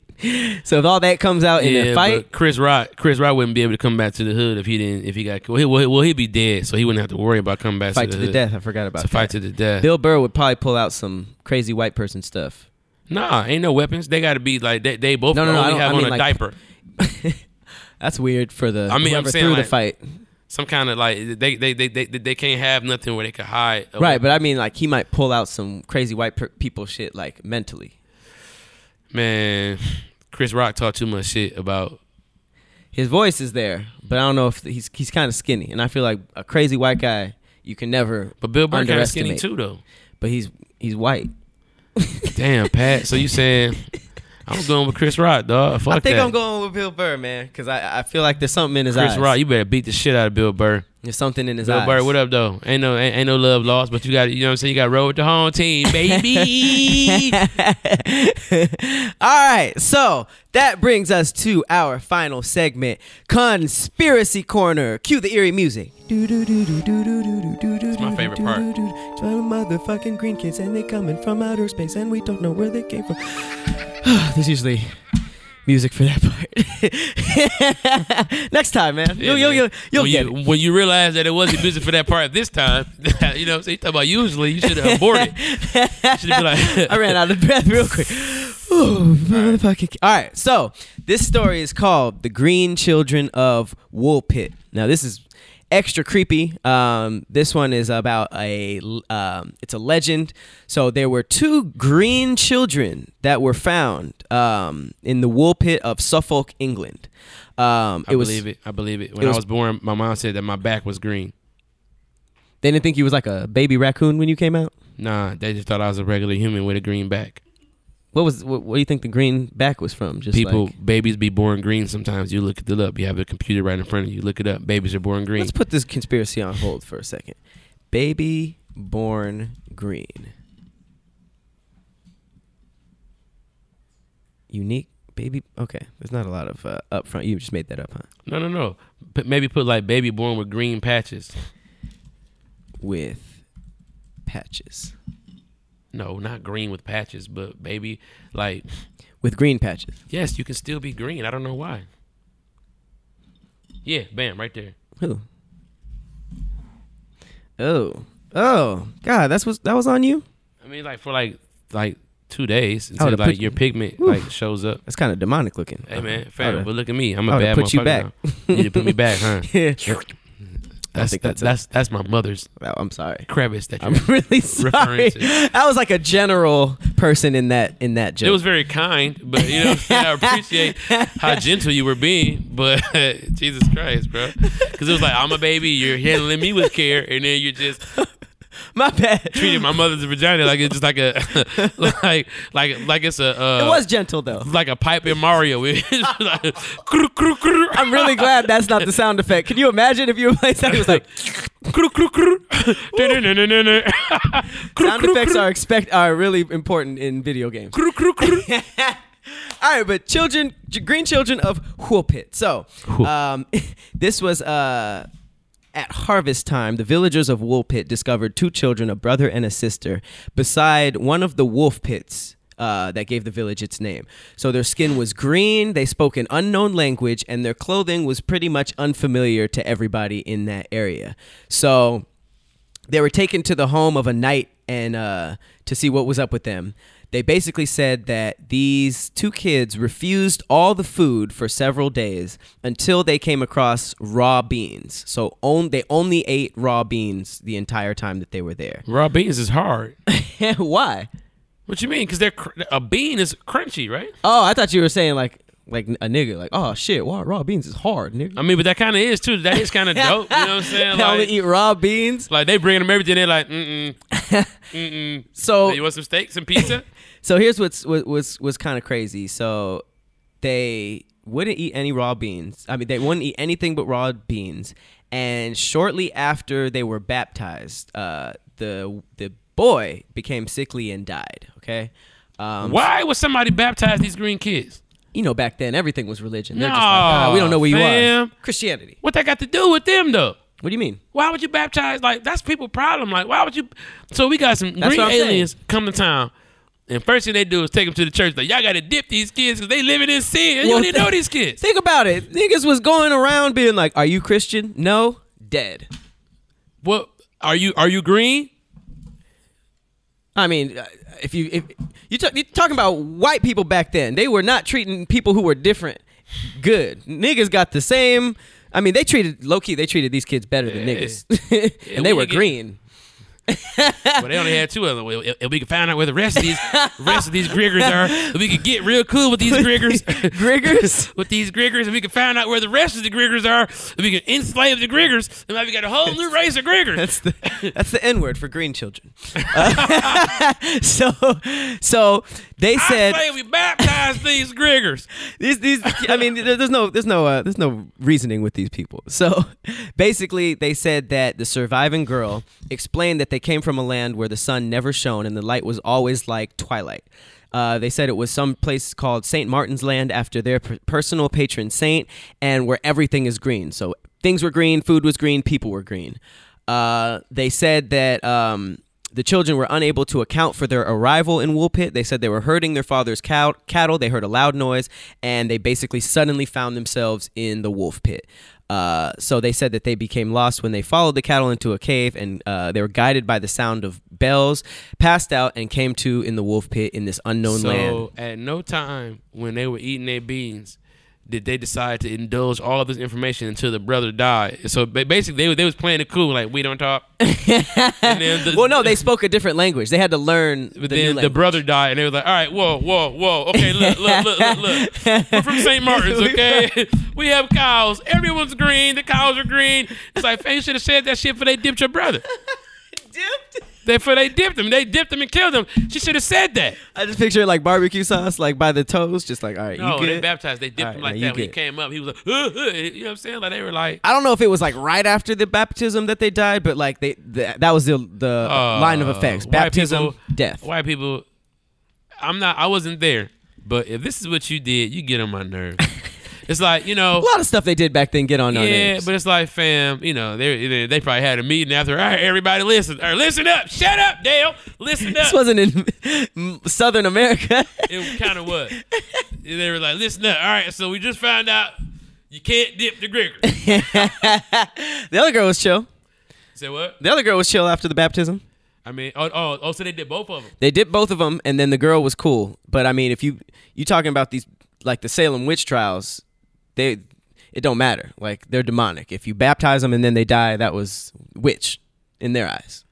Speaker 2: So if all that comes out in a
Speaker 1: but
Speaker 2: fight,
Speaker 1: Chris Rock, Chris Rock wouldn't be able to come back to the hood if he didn't. If he got well, he, well, he- well, he'd be dead, so he wouldn't have to worry about coming back
Speaker 2: fight
Speaker 1: to
Speaker 2: to
Speaker 1: the,
Speaker 2: the
Speaker 1: hood.
Speaker 2: death. I forgot about
Speaker 1: It's a fight to
Speaker 2: that.
Speaker 1: the death.
Speaker 2: Bill Burr would probably pull out some crazy white person stuff.
Speaker 1: nah, ain't no weapons. They got to be like they, they both
Speaker 2: No, no, no, I
Speaker 1: only
Speaker 2: don't-
Speaker 1: have
Speaker 2: I
Speaker 1: on
Speaker 2: mean,
Speaker 1: a
Speaker 2: like-
Speaker 1: diaper.
Speaker 2: That's weird for the
Speaker 1: I mean, I'm
Speaker 2: whoever
Speaker 1: saying,
Speaker 2: threw
Speaker 1: like,
Speaker 2: the fight.
Speaker 1: Some kind of like they they, they they they can't have nothing where they could hide. a
Speaker 2: Right, but I mean like he might pull out some crazy white per- people shit like mentally.
Speaker 1: Man, Chris Rock talked too much shit about.
Speaker 2: His voice is there, but I don't know if he's he's kind of skinny and I feel like a crazy white guy you can never
Speaker 1: But Bill Burr kind of skinny
Speaker 2: Underestimate.
Speaker 1: too, though.
Speaker 2: but he's he's white.
Speaker 1: Damn, Pat. So you saying I'm going with Chris Rock, dog? Fuck
Speaker 2: I think
Speaker 1: that.
Speaker 2: I'm going with Bill Burr, man, cuz I I feel like there's something in his
Speaker 1: Chris
Speaker 2: eyes.
Speaker 1: Rock. You better beat the shit out of Bill Burr.
Speaker 2: There's something in his
Speaker 1: Bill
Speaker 2: eyes.
Speaker 1: Burr, what up though? Ain't no ain't, ain't no love lost, but you got you know what I'm saying. You got to roll with the home team, baby.
Speaker 2: All right, so that brings us to our final segment, Conspiracy Corner. Cue the eerie music. It's
Speaker 1: my favorite part.
Speaker 2: Motherfucking green kids, and they coming from outer space, and we don't know where they came from. There's usually music for that part. Next time, man.
Speaker 1: Yeah,
Speaker 2: You'll, you'll,
Speaker 1: man.
Speaker 2: you'll,
Speaker 1: when
Speaker 2: you'll get
Speaker 1: you,
Speaker 2: it.
Speaker 1: When you realize that it wasn't busy for that part this time, you know what I'm saying? You talking about usually you should have aborted. should be like-
Speaker 2: I ran out of breath real quick. Ooh, motherfucking. All right, so this story is called "The Green Children of Wool Pit." Now, this is extra creepy. Um, this one is about a. Um, it's a legend. So there were two green children that were found um, in the wool pit of Suffolk, England. Um,
Speaker 1: I
Speaker 2: it was.
Speaker 1: believe it. I believe it. When
Speaker 2: it
Speaker 1: I
Speaker 2: was-
Speaker 1: was born, my mom said that my back was green.
Speaker 2: They didn't think you was like a baby raccoon when you came out.
Speaker 1: Nah, they just thought I was a regular human with a green back.
Speaker 2: What was? What, what do you think the green back was from? Just
Speaker 1: People,
Speaker 2: like-
Speaker 1: babies be born green sometimes. You look it up. You have a computer right in front of you. Look it up. Babies are born green.
Speaker 2: Let's put this conspiracy on hold for a second. Baby born green. Unique baby. Okay, there's not a lot of uh, upfront. You just made that up, huh?
Speaker 1: No, no, no. Put, maybe put like baby born with green patches.
Speaker 2: With patches.
Speaker 1: No, not green with patches, but baby, like,
Speaker 2: With green patches.
Speaker 1: yes, you can still be green. I don't know why. Yeah, bam, right there.
Speaker 2: Who? Oh. Oh. God, that's what that was on you?
Speaker 1: I mean, like for like like two days
Speaker 2: I
Speaker 1: until
Speaker 2: would've
Speaker 1: like
Speaker 2: put-
Speaker 1: your pigment
Speaker 2: Woo.
Speaker 1: like shows up.
Speaker 2: That's kind of demonic looking.
Speaker 1: Hey man,
Speaker 2: I
Speaker 1: fam,
Speaker 2: would've-
Speaker 1: but look at me. I'm
Speaker 2: I
Speaker 1: a
Speaker 2: would've
Speaker 1: bad
Speaker 2: put you
Speaker 1: motherfucker
Speaker 2: back.
Speaker 1: now. You need to put me back, huh? That's
Speaker 2: think
Speaker 1: that,
Speaker 2: that's it.
Speaker 1: that's that's my mother's
Speaker 2: Oh, I'm sorry.
Speaker 1: crevice that
Speaker 2: I'm
Speaker 1: you.
Speaker 2: really sorry.
Speaker 1: References.
Speaker 2: I was like a general person in that in that joke.
Speaker 1: It was very kind, but you know what I'm saying? I appreciate how gentle you were being, but Jesus Christ, bro, because it was like I'm a baby, you're handling me with care, and then you just
Speaker 2: my bad.
Speaker 1: treated my mother's vagina like it's just like a like like like it's a uh,
Speaker 2: it was gentle though.
Speaker 1: like a pipe in Mario. It's like, "Kru, kru, kru."
Speaker 2: I'm really glad that's not the sound effect. Can you imagine if you were playing that? It was like
Speaker 1: Kru, kru, kru. Da-da-da-da-da-da. Kru,
Speaker 2: sound
Speaker 1: kru,
Speaker 2: effects
Speaker 1: kru.
Speaker 2: are expect are really important in video games.
Speaker 1: Kru, kru, kru.
Speaker 2: All right, but children, j- green children of Whoopit. So, um, this was uh, at harvest time. The villagers of Woolpit discovered two children, a brother and a sister, beside one of the wolf pits. Uh, that gave the village its name. So their skin was green, they spoke an unknown language, and their clothing was pretty much unfamiliar to everybody in that area. So they were taken to the home of a knight and uh, to see what was up with them. They basically said that these two kids refused all the food for several days until they came across raw beans. So on, they only ate raw beans the entire time that they were there.
Speaker 1: Raw beans is hard.
Speaker 2: Why?
Speaker 1: What you mean? Because they're cr- a bean is crunchy, right?
Speaker 2: Oh, I thought you were saying like like a nigga like oh shit, wow, raw beans is hard, nigga.
Speaker 1: I mean, but that kind of is too. That is kind of dope. You know what I'm saying?
Speaker 2: They only
Speaker 1: Like,
Speaker 2: eat raw beans.
Speaker 1: like they bringing them everything. They're like, mm mm.
Speaker 2: So
Speaker 1: You want some steaks and pizza?
Speaker 2: So here's what's what, what's what's kind of crazy. So they wouldn't eat any raw beans. I mean, they wouldn't eat anything but raw beans. And shortly after they were baptized, uh, the the boy became sickly and died. Okay. Um,
Speaker 1: Why would somebody baptize these green kids?
Speaker 2: you know, back then everything was religion. They're
Speaker 1: No,
Speaker 2: just like, ah, we don't know where you
Speaker 1: fam.
Speaker 2: are. Christianity.
Speaker 1: What that got to do with them though?
Speaker 2: What do you mean?
Speaker 1: Why would you baptize? Like that's people problem. Like why would you? So we got some
Speaker 2: That's
Speaker 1: green
Speaker 2: what I'm saying.
Speaker 1: aliens come to town, and first thing they do is take them to the church. Like y'all got to dip these kids because they living in sin. And
Speaker 2: Well,
Speaker 1: you didn't know these kids.
Speaker 2: Think about it. Niggas was going around being like, "Are you Christian? No, dead."
Speaker 1: What are you? Are you green?
Speaker 2: I mean, uh, if you if you talk, you're talking about white people back then, they were not treating people who were different good. Niggas got the same. I mean, they treated low key. They treated these kids better than
Speaker 1: Yeah.
Speaker 2: niggas,
Speaker 1: Yeah,
Speaker 2: and they
Speaker 1: we
Speaker 2: were
Speaker 1: get-
Speaker 2: green.
Speaker 1: Well, they only had two of them. Well, If, if we could find out where the rest of these rest of these griggers are, if we could get real cool with these griggers.
Speaker 2: Griggers.
Speaker 1: with these griggers, and we can find out where the rest of the griggers are, and we can enslave the griggers, and now we got a whole new race of griggers.
Speaker 2: That's the that's the N word for green children. Uh, so so they said
Speaker 1: I say we baptize these griggers.
Speaker 2: these these I mean there- there's no there's no uh, there's no reasoning with these people. So basically they said that the surviving girl explained that they came from a land where the sun never shone and the light was always like twilight. Uh, they said it was some place called St. Martin's Land after their per- personal patron saint and where everything is green. So things were green, food was green, people were green. Uh, they said that um, the children were unable to account for their arrival in Woolpit. They said they were herding their father's cow- cattle. They heard a loud noise, and they basically suddenly found themselves in the wolf pit. Uh, so they said that they became lost when they followed the cattle into a cave, and uh, they were guided by the sound of bells, passed out, and came to in the wolf pit in this unknown land.
Speaker 1: So at no time when they were eating their beans did they decide to indulge all of this information until the brother died. So ba- basically, they, they was playing it cool, like we don't talk. and then the,
Speaker 2: Well, no, they spoke a different language. They had to learn
Speaker 1: But
Speaker 2: the new
Speaker 1: then the
Speaker 2: language.
Speaker 1: brother died, and they were like, "All right, whoa, whoa, whoa, okay, look, look, look, look, look. We're from St. Martin's, okay? we have cows. Everyone's green. The cows are green. It's like, they should have said that shit before they dipped your brother.
Speaker 2: dipped.
Speaker 1: They before they dipped him. They dipped him and killed him. She should have said that.
Speaker 2: I just picture like barbecue sauce, like by the toes, just like all right,
Speaker 1: No,
Speaker 2: you
Speaker 1: they
Speaker 2: good?
Speaker 1: baptized. They dipped
Speaker 2: All right,
Speaker 1: him like
Speaker 2: now you
Speaker 1: that when he
Speaker 2: good.
Speaker 1: came up. He was like, "Huh, huh," you know what I'm saying? Like they were like,
Speaker 2: I don't know if it was like right after the baptism that they died, but like they th- that was the the
Speaker 1: uh,
Speaker 2: line of effects:
Speaker 1: white
Speaker 2: baptism,
Speaker 1: people-
Speaker 2: death.
Speaker 1: White people. I'm not. I wasn't there. But if this is what you did, you get on my nerves. it's like you know.
Speaker 2: A lot of stuff they did back then get on our
Speaker 1: yeah,
Speaker 2: nerves.
Speaker 1: but it's like, fam, you know, they they- they probably had a meeting after. All right, everybody, listen, or listen up, shut up, Dale, listen
Speaker 2: this
Speaker 1: up.
Speaker 2: wasn't in Southern America.
Speaker 1: it kind of was. they were like, listen up. All right, so we just found out you can't dip the grigger.
Speaker 2: the other girl was chill.
Speaker 1: Say what?
Speaker 2: The other girl was chill after the baptism.
Speaker 1: I mean, oh, oh, oh, so they did both of them.
Speaker 2: They did both of them, and then the girl was cool. But I mean, if you you talking about these like the Salem witch trials, they it don't matter. Like they're demonic. If you baptize them and then they die, that was witch in their eyes.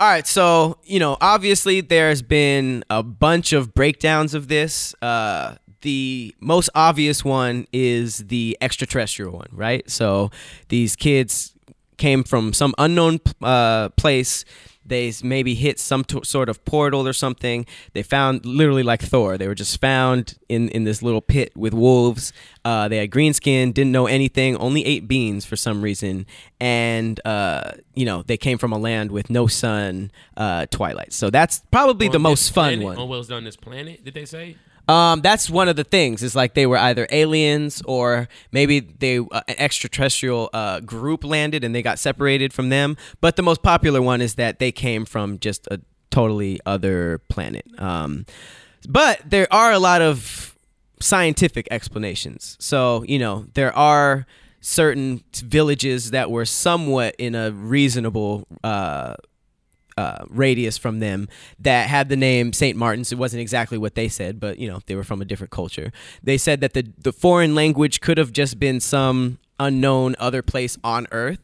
Speaker 2: All right, so you know, obviously there's been a bunch of breakdowns of this. Uh, the most obvious one is the extraterrestrial one, right? So these kids came from some unknown p- uh, place. They s- maybe hit some t- sort of portal or something. They found literally like Thor. They were just found in, in this little pit with wolves. Uh, they had green skin, didn't know anything, only ate beans for some reason. And, uh, you know, they came from a land with no sun, uh, twilight. So that's probably the
Speaker 1: On
Speaker 2: most
Speaker 1: this
Speaker 2: fun
Speaker 1: planet-
Speaker 2: one.
Speaker 1: On what was done this planet? Did they say?
Speaker 2: Um, that's one of the things. Is like they were either aliens or maybe they uh, an extraterrestrial uh, group landed and they got separated from them. But the most popular one is that they came from just a totally other planet. Um, but there are a lot of scientific explanations. So, you know, there are certain villages that were somewhat in a reasonable uh, uh, radius from them that had the name St. Martin's. It wasn't exactly what they said, but, you know, they were from a different culture. They said that the, the foreign language could have just been some unknown other place on Earth.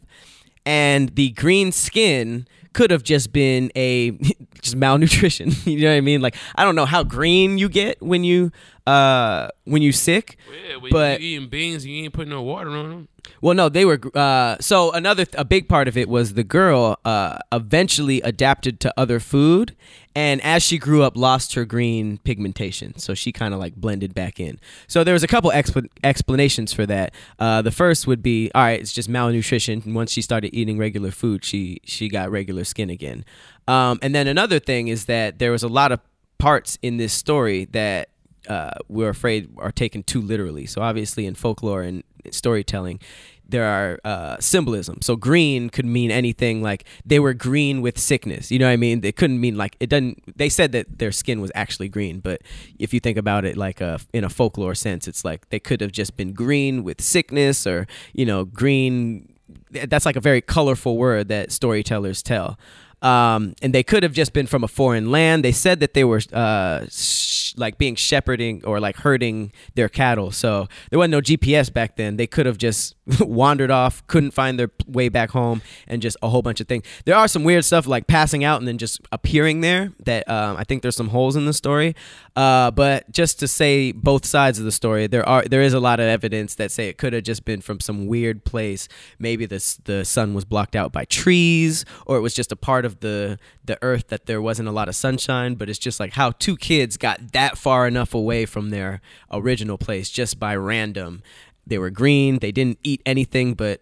Speaker 2: And the green skin could have just been a just malnutrition. you know what I mean? Like I don't know how green you get when you uh when you sick.
Speaker 1: Yeah, well,
Speaker 2: But-
Speaker 1: you eating beans, and you ain't putting no water on them.
Speaker 2: Well, no, they were. Uh, so another th- a big part of it was the girl uh, eventually adapted to other food, and as she grew up, lost her green pigmentation. So she kind of like blended back in. So there was a couple expl- explanations for that. Uh, the first would be, all right, it's just malnutrition. And once she started eating regular food, she she got regular skin again. Um, and then another thing is that there was a lot of parts in this story that uh, we're afraid are taken too literally. So obviously, in folklore and storytelling, there are uh, symbolism. So green could mean anything like they were green with sickness. You know what I mean? They couldn't mean like it doesn't. They said that their skin was actually green, but if you think about it like a, in a folklore sense, it's like they could have just been green with sickness or you know green. That's like a very colorful word that storytellers tell. Um, and they could have just been from a foreign land. They said that they were uh, sh- like being shepherding or like herding their cattle. So there wasn't no GPS back then. They could have just wandered off, couldn't find their way back home, and just a whole bunch of things. There are some weird stuff like passing out and then just appearing there that um, I think there's some holes in the story. Uh, but just to say both sides of the story, there are there is a lot of evidence that say it could have just been from some weird place. Maybe the s- the sun was blocked out by trees, or it was just a part of the the earth that there wasn't a lot of sunshine. But it's just like how two kids got that far enough away from their original place just by random. They were green. They didn't eat anything but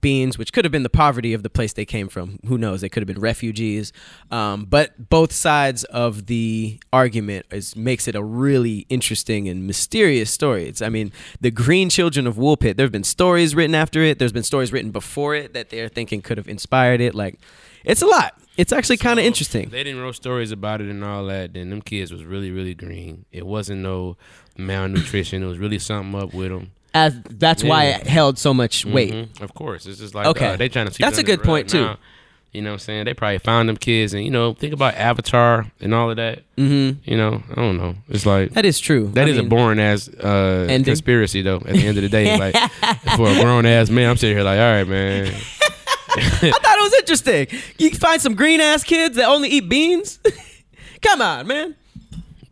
Speaker 2: beans, which could have been the poverty of the place they came from. Who knows? They could have been refugees. Um, but both sides of the argument is makes it a really interesting and mysterious story. It's, I mean, the Green Children of Woolpit. There have been stories written after it. There's been stories written before it that they're thinking could have inspired it. Like, it's a lot. It's actually kind of
Speaker 1: So,
Speaker 2: interesting.
Speaker 1: They didn't wrote stories about it and all that. Then them kids was really, really green. It wasn't no malnutrition. it was really something up with them.
Speaker 2: As that's why
Speaker 1: Yeah.
Speaker 2: it held so much weight.
Speaker 1: Mm-hmm. Of course, it's just like
Speaker 2: Okay.
Speaker 1: okay, they trying to. Sweep
Speaker 2: That's
Speaker 1: it
Speaker 2: a
Speaker 1: under
Speaker 2: good
Speaker 1: the rug
Speaker 2: point, too.
Speaker 1: now. You know what I'm saying? They probably found them kids, and you know, think about Avatar and all of that. Mm-hmm. You know, I don't know. It's like
Speaker 2: That is true.
Speaker 1: That
Speaker 2: I
Speaker 1: is
Speaker 2: mean,
Speaker 1: a boring ass uh,
Speaker 2: Ending.
Speaker 1: conspiracy, though. At the end of the day, like for a grown ass man, I'm sitting here like, all right, man.
Speaker 2: I thought it was interesting. You find some green ass kids that only eat beans. Come on, man.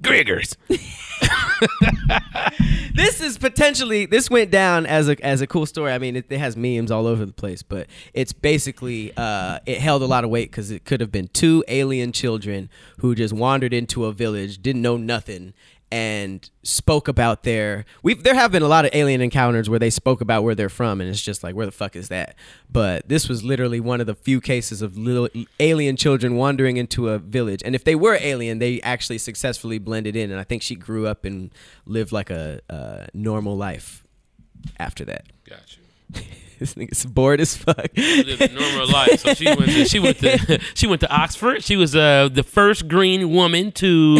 Speaker 1: Griggers.
Speaker 2: this is potentially this went down as a as a cool story. I mean, it, it has memes all over the place, but it's basically uh, it held a lot of weight because it could have been two alien children who just wandered into a village, didn't know nothing, and spoke about their. We have there have been a lot of alien encounters where they spoke about where they're from, and it's just like where the fuck is that? But this was literally one of the few cases of little alien children wandering into a village, and if they were alien, they actually successfully blended in, and I think she grew up and lived like a uh, normal life after that.
Speaker 1: Got you.
Speaker 2: This nigga's bored as fuck.
Speaker 1: lived a normal life. So she went. To, she went to. She went to Oxford. She was uh, the first green woman to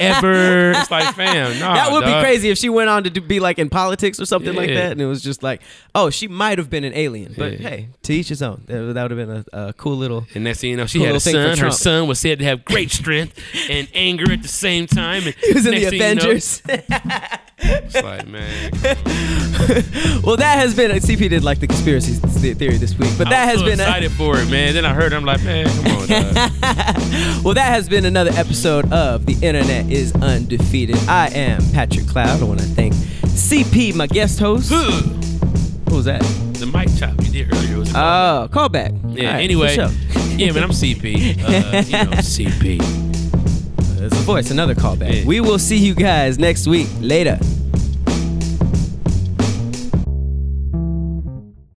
Speaker 1: ever. It's like, fam, nah,
Speaker 2: that would
Speaker 1: dawg.
Speaker 2: be crazy if she went on to do, be like in politics or something like
Speaker 1: Yeah.
Speaker 2: that, and it was just like, oh, she might have been an alien, but
Speaker 1: Yeah.
Speaker 2: hey, to each his own. That, that would have been a, a cool little.
Speaker 1: And next thing you know, she
Speaker 2: Cool
Speaker 1: had a
Speaker 2: little thing for
Speaker 1: son. Her
Speaker 2: Trump.
Speaker 1: son was said to have great strength and anger at the same time. And
Speaker 2: He was in
Speaker 1: next
Speaker 2: the
Speaker 1: thing you know,
Speaker 2: Avengers.
Speaker 1: it's like, man,
Speaker 2: well, that has been CP did like the conspiracy th- theory this week, but that
Speaker 1: I was
Speaker 2: has
Speaker 1: so
Speaker 2: been a-
Speaker 1: excited for it, man. Then I heard, it, I'm like, man, come on. dawg.
Speaker 2: well, that has been another episode of The Internet is Undefeated. I am Patrick Cloud. I want to thank CP, my guest host. Who
Speaker 1: Ugh.
Speaker 2: was that?
Speaker 1: the mic chop you did earlier was.
Speaker 2: Oh, call back.
Speaker 1: yeah. anyway, yeah, man, I'm CP. Uh, you know, CP.
Speaker 2: There's a voice, another callback.
Speaker 1: Yeah.
Speaker 2: We will see you guys next week. Later.